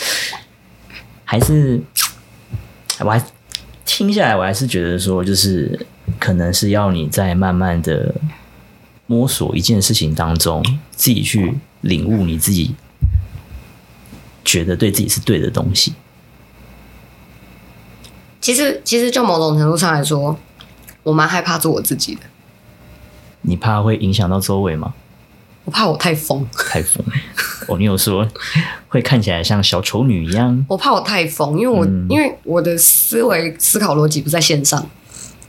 Speaker 2: 还是，我还听下来，我还是觉得说，就是可能是要你在慢慢的摸索一件事情当中，自己去领悟你自己觉得对自己是对的东西。
Speaker 1: 其实，其实就某种程度上来说，我蛮害怕做我自己的。
Speaker 2: 你怕会影响到周围吗？
Speaker 1: 我怕我太疯，
Speaker 2: 太疯 哦！你有说会看起来像小丑女一样？
Speaker 1: 我怕我太疯，因为我、
Speaker 2: 嗯
Speaker 1: 因为我的思维思考逻辑不在线上。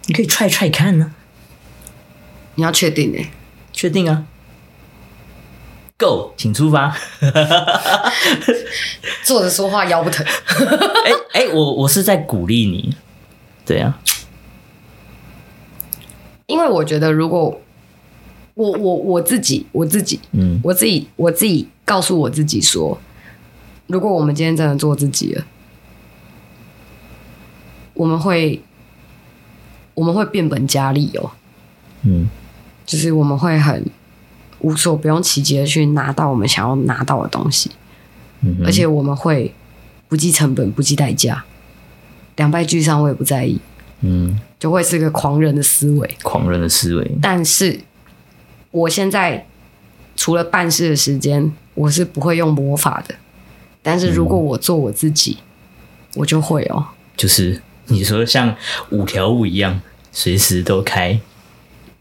Speaker 2: 你可以踹踹看呢、
Speaker 1: 你要确定哎、
Speaker 2: 确定啊？Go，请出发。
Speaker 1: 坐着说话腰不疼。
Speaker 2: 哎哎、我我是在鼓励你，对啊，
Speaker 1: 因为我觉得，如果我我我自己我自己
Speaker 2: 嗯
Speaker 1: 我自己我自己告诉我自己说，如果我们今天真的做自己了，我们会我们会变本加厉哦，
Speaker 2: 嗯，
Speaker 1: 就是我们会很无所不用其极的去拿到我们想要拿到的东西，
Speaker 2: 嗯哼
Speaker 1: 而且我们会不计成本、不计代价，两败俱伤，我也不在意，
Speaker 2: 嗯，
Speaker 1: 就会是个狂人的思维。
Speaker 2: 狂人的思维，
Speaker 1: 但是我现在除了办事的时间，我是不会用魔法的。但是如果我做我自己，我就会哦。
Speaker 2: 就是你说像五条悟一样，随时都开，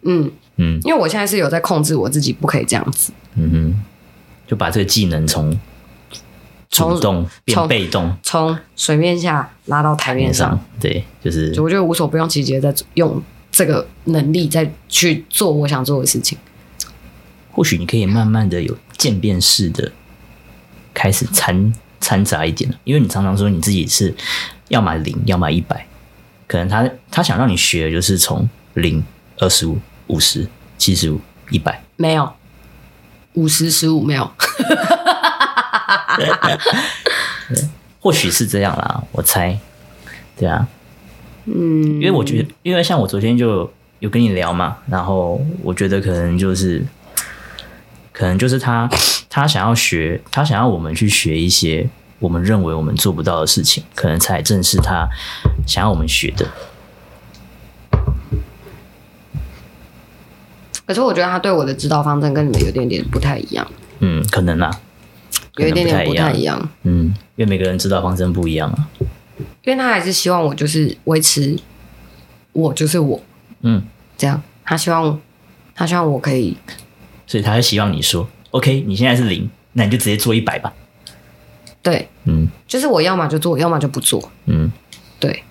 Speaker 1: 嗯，
Speaker 2: 嗯
Speaker 1: 因为我现在是有在控制我自己，不可以这样子，
Speaker 2: 嗯哼，就把这个技能从
Speaker 1: 从
Speaker 2: 主动变
Speaker 1: 从
Speaker 2: 被动
Speaker 1: 从水面下拉到台面上，，
Speaker 2: 对，就是
Speaker 1: 就我就无所不用其极的在用这个能力再去做我想做的事情。
Speaker 2: 或许你可以慢慢的有渐变式的开始掺掺杂一点了，因为你常常说你自己是要么零，要么一百，可能他他想让你学的就是从零、二十五、五十、七十五、一百，
Speaker 1: 没有，五十十五没有，
Speaker 2: 或许是这样啦，我猜，对啊，
Speaker 1: 嗯
Speaker 2: 因为我觉得，因为像我昨天就有跟你聊嘛，然后我觉得可能就是，可能就是他他想要学，他想要我们去学一些我们认为我们做不到的事情，可能才正是他想要我们学的。
Speaker 1: 可是我觉得他对我的指导方针跟你们有点点不太一样，
Speaker 2: 嗯，可能啦，可
Speaker 1: 有
Speaker 2: 能
Speaker 1: 一点点不太
Speaker 2: 一
Speaker 1: 一
Speaker 2: 样。
Speaker 1: 样。
Speaker 2: 嗯，因为每个人指导方针不一样啊。
Speaker 1: 因为他还是希望我就是维持我就是我
Speaker 2: 嗯，
Speaker 1: 这样，他希望他希望我可以，
Speaker 2: 所以他会希望你说，OK，你现在是零，那你就直接做一百吧。
Speaker 1: 对，
Speaker 2: 嗯
Speaker 1: 就是我要么就做，要么就不做，
Speaker 2: 嗯，
Speaker 1: 对。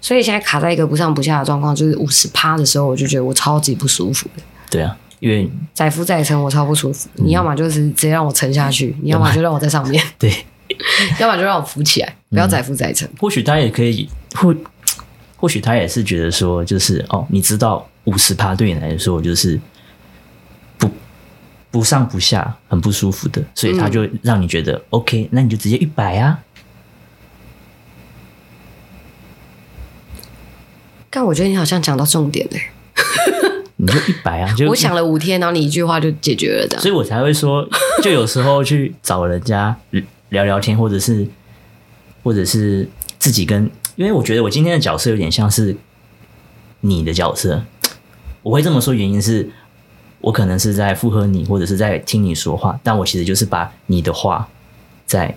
Speaker 1: 所以现在卡在一个不上不下的状况，就是五十趴的时候，我就觉得我超级不舒服的，
Speaker 2: 对啊，因为
Speaker 1: 载浮载沉我超不舒服。
Speaker 2: 嗯
Speaker 1: 你要么就是直接让我沉下去，你要么就让我在上面，
Speaker 2: 对， 嗯
Speaker 1: 要么就让我浮起来，不要载浮载沉。
Speaker 2: 或许他也可以，或或许他也是觉得说，就是哦，你知道五十趴对你来说就是不不上不下，很不舒服的，所以
Speaker 1: 嗯
Speaker 2: 他就让你觉得、OK，那你就直接一百啊，
Speaker 1: 但我觉得你好像讲到重点嘞、
Speaker 2: 你就一百啊，就
Speaker 1: 我想，了五天，然后你一句话就解决了的。
Speaker 2: 所以我才会说， 就有时候去找人家聊聊天，或者是或者是自己跟，因为我觉得我今天的角色有点像是你的角色，我会这么说，原因是我可能是在附和你，或者是在听你说话，但我其实就是把你的话在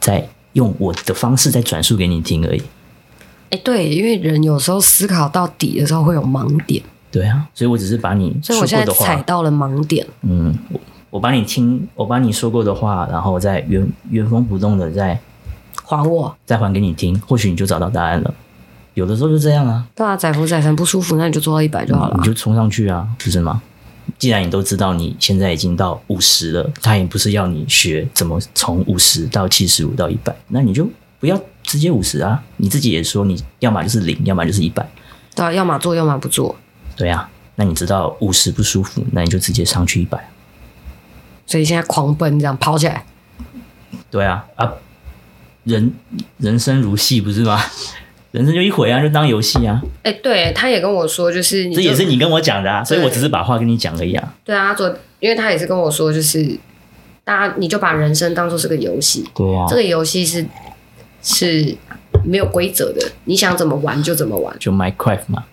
Speaker 2: 在用我的方式在转述给你听而已。
Speaker 1: 哎、对，因为人有时候思考到底的时候会有盲点。
Speaker 2: 对啊，所以我只是把你
Speaker 1: 所
Speaker 2: 说
Speaker 1: 以我现在
Speaker 2: 过的
Speaker 1: 踩
Speaker 2: 话，
Speaker 1: 到了盲点，
Speaker 2: 嗯，我我把你听，我把你说过的话，然后再原原封不动的再
Speaker 1: 还我。
Speaker 2: 再还给你听，或许你就找到答案了。有的时候就这样啊，
Speaker 1: 对啊，载浮载沉不舒服，那你就做到一百就好了
Speaker 2: 你。就冲上去啊，不是吗？既然你都知道你现在已经到五十了，他也不是要你学怎么从五十到七十五到一百，那你就不要直接五十啊。你自己也说你要么就是零，要么就是一百，
Speaker 1: 对啊，要么做，要么不做。
Speaker 2: 对啊。那你知道五十不舒服，那你就直接上去一百，
Speaker 1: 所以现在狂奔这样跑起来，
Speaker 2: 对啊啊。人人生如戏，不是吗？ 人生就一回啊，就当游戏啊，
Speaker 1: 哎、对，他也跟我说，就是你
Speaker 2: 这
Speaker 1: 就
Speaker 2: 也是你跟我讲的啊，所以我
Speaker 1: 对
Speaker 2: 只是把话跟你讲而已啊。
Speaker 1: 对啊，他昨因为他也是跟我说，就是大家你就把人生当做是个游戏，
Speaker 2: 对啊
Speaker 1: 这个游戏是是没有规则的，你想怎么玩就怎么玩，
Speaker 2: 就 Minecraft 嘛。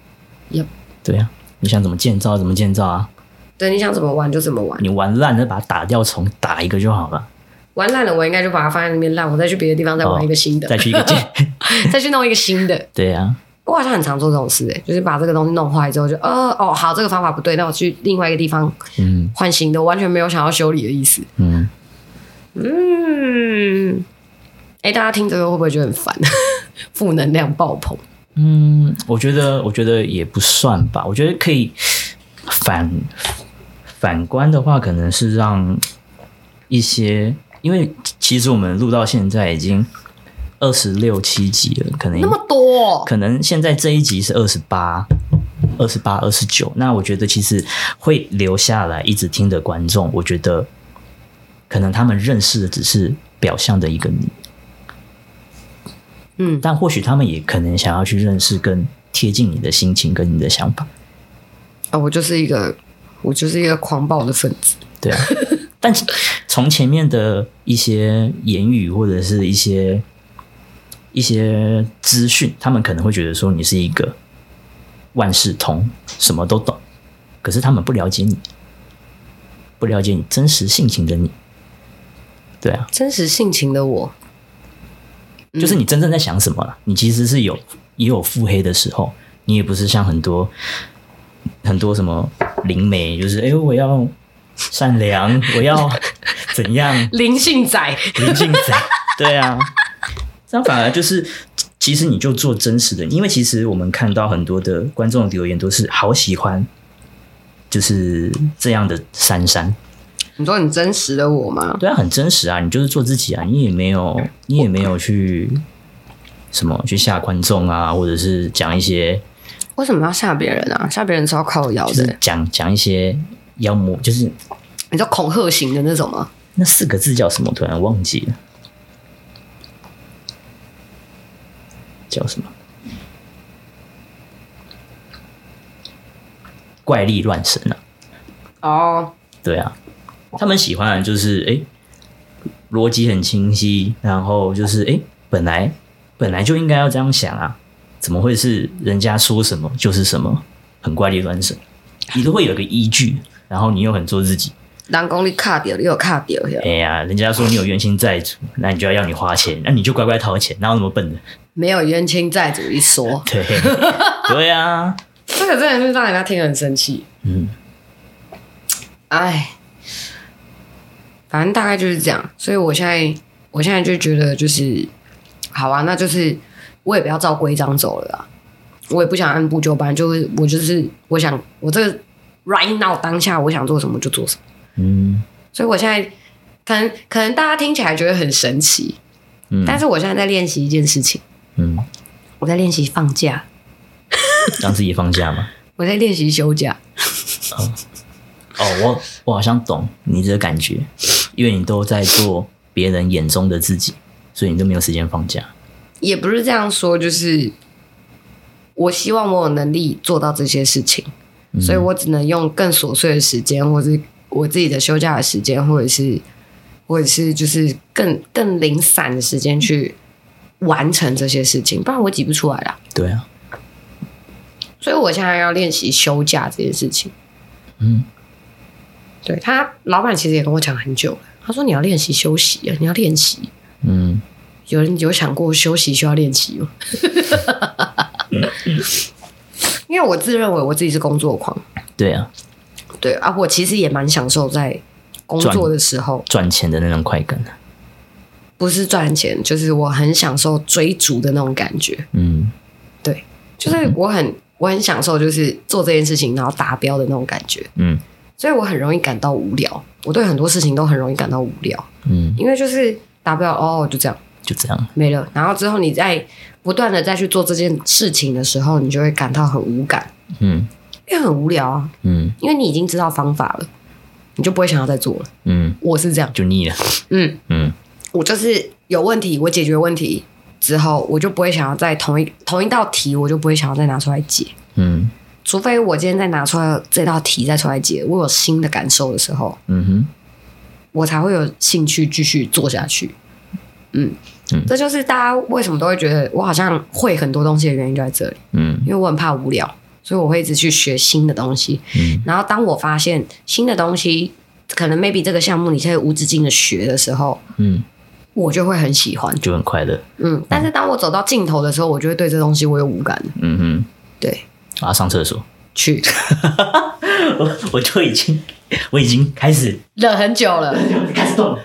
Speaker 1: Yep
Speaker 2: 对啊，你想怎么建造怎么建造啊，
Speaker 1: 对，你想怎么玩就怎么玩，
Speaker 2: 你玩烂了把它打掉重打一个就 好了，
Speaker 1: 玩烂了我应该就把它放在那边烂，我再去别的地方再玩一个新的，
Speaker 2: 再去一个建。
Speaker 1: 再去弄一个新的。
Speaker 2: 对啊，
Speaker 1: 我好像很常做这种事、欸，就是把这个东西弄坏之后就，呃，哦，好，这个方法不对，那我去另外一个地方
Speaker 2: 嗯
Speaker 1: 换新的，我完全没有想要修理的意思。
Speaker 2: 嗯，
Speaker 1: 嗯，哎、大家听这个会不会觉得很烦？ 负能量爆棚，
Speaker 2: 嗯，我觉得，我觉得也不算吧。我觉得可以反反观的话，可能是让一些，因为其实我们录到现在已经二十六七集了，可能
Speaker 1: 那么多、
Speaker 2: 可能现在这一集是二十八、二十八、二十九。那我觉得其实会留下来一直听的观众，我觉得可能他们认识的只是表象的一个你，
Speaker 1: 嗯，
Speaker 2: 但或许他们也可能想要去认识更贴近你的心情跟你的想法，
Speaker 1: 啊，我就是一个，我就是一个狂暴的分子。
Speaker 2: 对啊。但是从前面的一些言语或者是一些一些资讯，他们可能会觉得说你是一个万事通，什么都懂，可是他们不了解你，不了解你真实性情的你。对啊，
Speaker 1: 真实性情的我，
Speaker 2: 就是你真正在想什么了。你其实是有也有腹黑的时候，你也不是像很多很多什么灵媒，就是哎、诶我要善良，我要怎样
Speaker 1: 灵性仔，
Speaker 2: 灵性仔， 对啊，这样反而就是。其实你就做真实的，因为其实我们看到很多的观众留言都是好喜欢，就是这样的珊珊，
Speaker 1: 你说你真实的我吗？
Speaker 2: 对啊，很真实啊，你就是做自己啊，你也没有，你也没有去什么去吓观众啊，或者是讲一些，
Speaker 1: 为什么要吓别人啊？吓别人超靠腰
Speaker 2: 就
Speaker 1: 的、
Speaker 2: 是讲讲一些妖魔，就是
Speaker 1: 你说恐吓型的那种吗？
Speaker 2: 那四个字叫什么？突然忘记了，叫什么？怪力乱神啊，
Speaker 1: 哦，
Speaker 2: 对啊，他们喜欢的就是哎，诶逻辑很清晰，然后就是哎，诶本来本来就应该要这样想啊，怎么会是人家说什么就是什么，很怪力乱神，你都会有一个依据，然后你又很做自己。
Speaker 1: 人讲你卡掉，你有卡掉，
Speaker 2: 哎呀，人家说你有冤亲债主，那你就要要你花钱，那你就乖乖掏钱，哪有那么笨的？
Speaker 1: 没有冤亲债主一说，
Speaker 2: 对， 对啊，
Speaker 1: 这个真的是让人家听了很生气。
Speaker 2: 嗯，
Speaker 1: 哎，反正大概就是这样。所以我现在，我现在就觉得就是，好啊，那就是我也不要照规章走了啊，我也不想按部就班，就是我就是我想我这个 right now 当下我想做什么就做什么。
Speaker 2: 嗯，
Speaker 1: 所以我现在可能可能大家听起来觉得很神奇，
Speaker 2: 嗯
Speaker 1: 但是我现在在练习一件事情，
Speaker 2: 嗯，
Speaker 1: 我在练习放假，
Speaker 2: 让自己放假嘛。
Speaker 1: 我在练习休假。
Speaker 2: 哦，我我好像懂你这个感觉，因为你都在做别人眼中的自己，所以你都没有时间放假。
Speaker 1: 也不是这样说，就是我希望我有能力做到这些事情，所以我只能用更琐碎的时间，或是我自己的休假的时间，或者是或者是就是更更零散的时间去完成这些事情，不然我挤不出来啦。
Speaker 2: 对啊，
Speaker 1: 所以我现在要练习休假这件事情。
Speaker 2: 嗯，
Speaker 1: 对他老板其实也跟我讲很久了，他说你要练习休息啊，你要练习。
Speaker 2: 嗯，
Speaker 1: 有人有想过休息需要练习哦吗？因为我自认为我自己是工作狂，
Speaker 2: 对啊，
Speaker 1: 对啊，我其实也蛮享受在工作的时候，
Speaker 2: 赚钱的那种快感。啊
Speaker 1: 不是赚钱，就是我很享受追逐的那种感觉，
Speaker 2: 嗯，
Speaker 1: 就是我很我很享受就是做这件事情然后达标的那种感觉，
Speaker 2: 嗯，
Speaker 1: 所以我很容易感到无聊，我对很多事情都很容易感到无聊，
Speaker 2: 嗯，
Speaker 1: 因为就是达标哦就这样
Speaker 2: 就这样。
Speaker 1: 没了，然后之后你在不断的再去做这件事情的时候，你就会感到很无感。
Speaker 2: 嗯
Speaker 1: 因为很无聊啊，
Speaker 2: 嗯
Speaker 1: 因为你已经知道方法了，你就不会想要再做了。
Speaker 2: 嗯，
Speaker 1: 我是这样，
Speaker 2: 就腻了。
Speaker 1: 嗯，
Speaker 2: 嗯
Speaker 1: 我就是有问题，我解决问题之后，我就不会想要在同一同一道题，我就不会想要再拿出来解。
Speaker 2: 嗯
Speaker 1: 除非我今天再拿出来这道题再出来解，我有新的感受的时候，
Speaker 2: 嗯哼，
Speaker 1: 我才会有兴趣继续做下去。嗯，
Speaker 2: 嗯
Speaker 1: 这就是大家为什么都会觉得我好像会很多东西的原因就在这里，
Speaker 2: 嗯
Speaker 1: 因为我很怕无聊，所以我会一直去学新的东西。
Speaker 2: 嗯
Speaker 1: 然后当我发现新的东西，可能 maybe 这个项目你可以无止境的学的时候，
Speaker 2: 嗯，
Speaker 1: 我就会很喜欢。
Speaker 2: 就很快乐。
Speaker 1: 嗯，但是当我走到尽头的时候，我就会对这东西我有无感了。
Speaker 2: 嗯
Speaker 1: 对，
Speaker 2: 哼，啊，上厕所，
Speaker 1: 去
Speaker 2: 我我就已经我已经开始
Speaker 1: 忍很久了，
Speaker 2: 开始动了，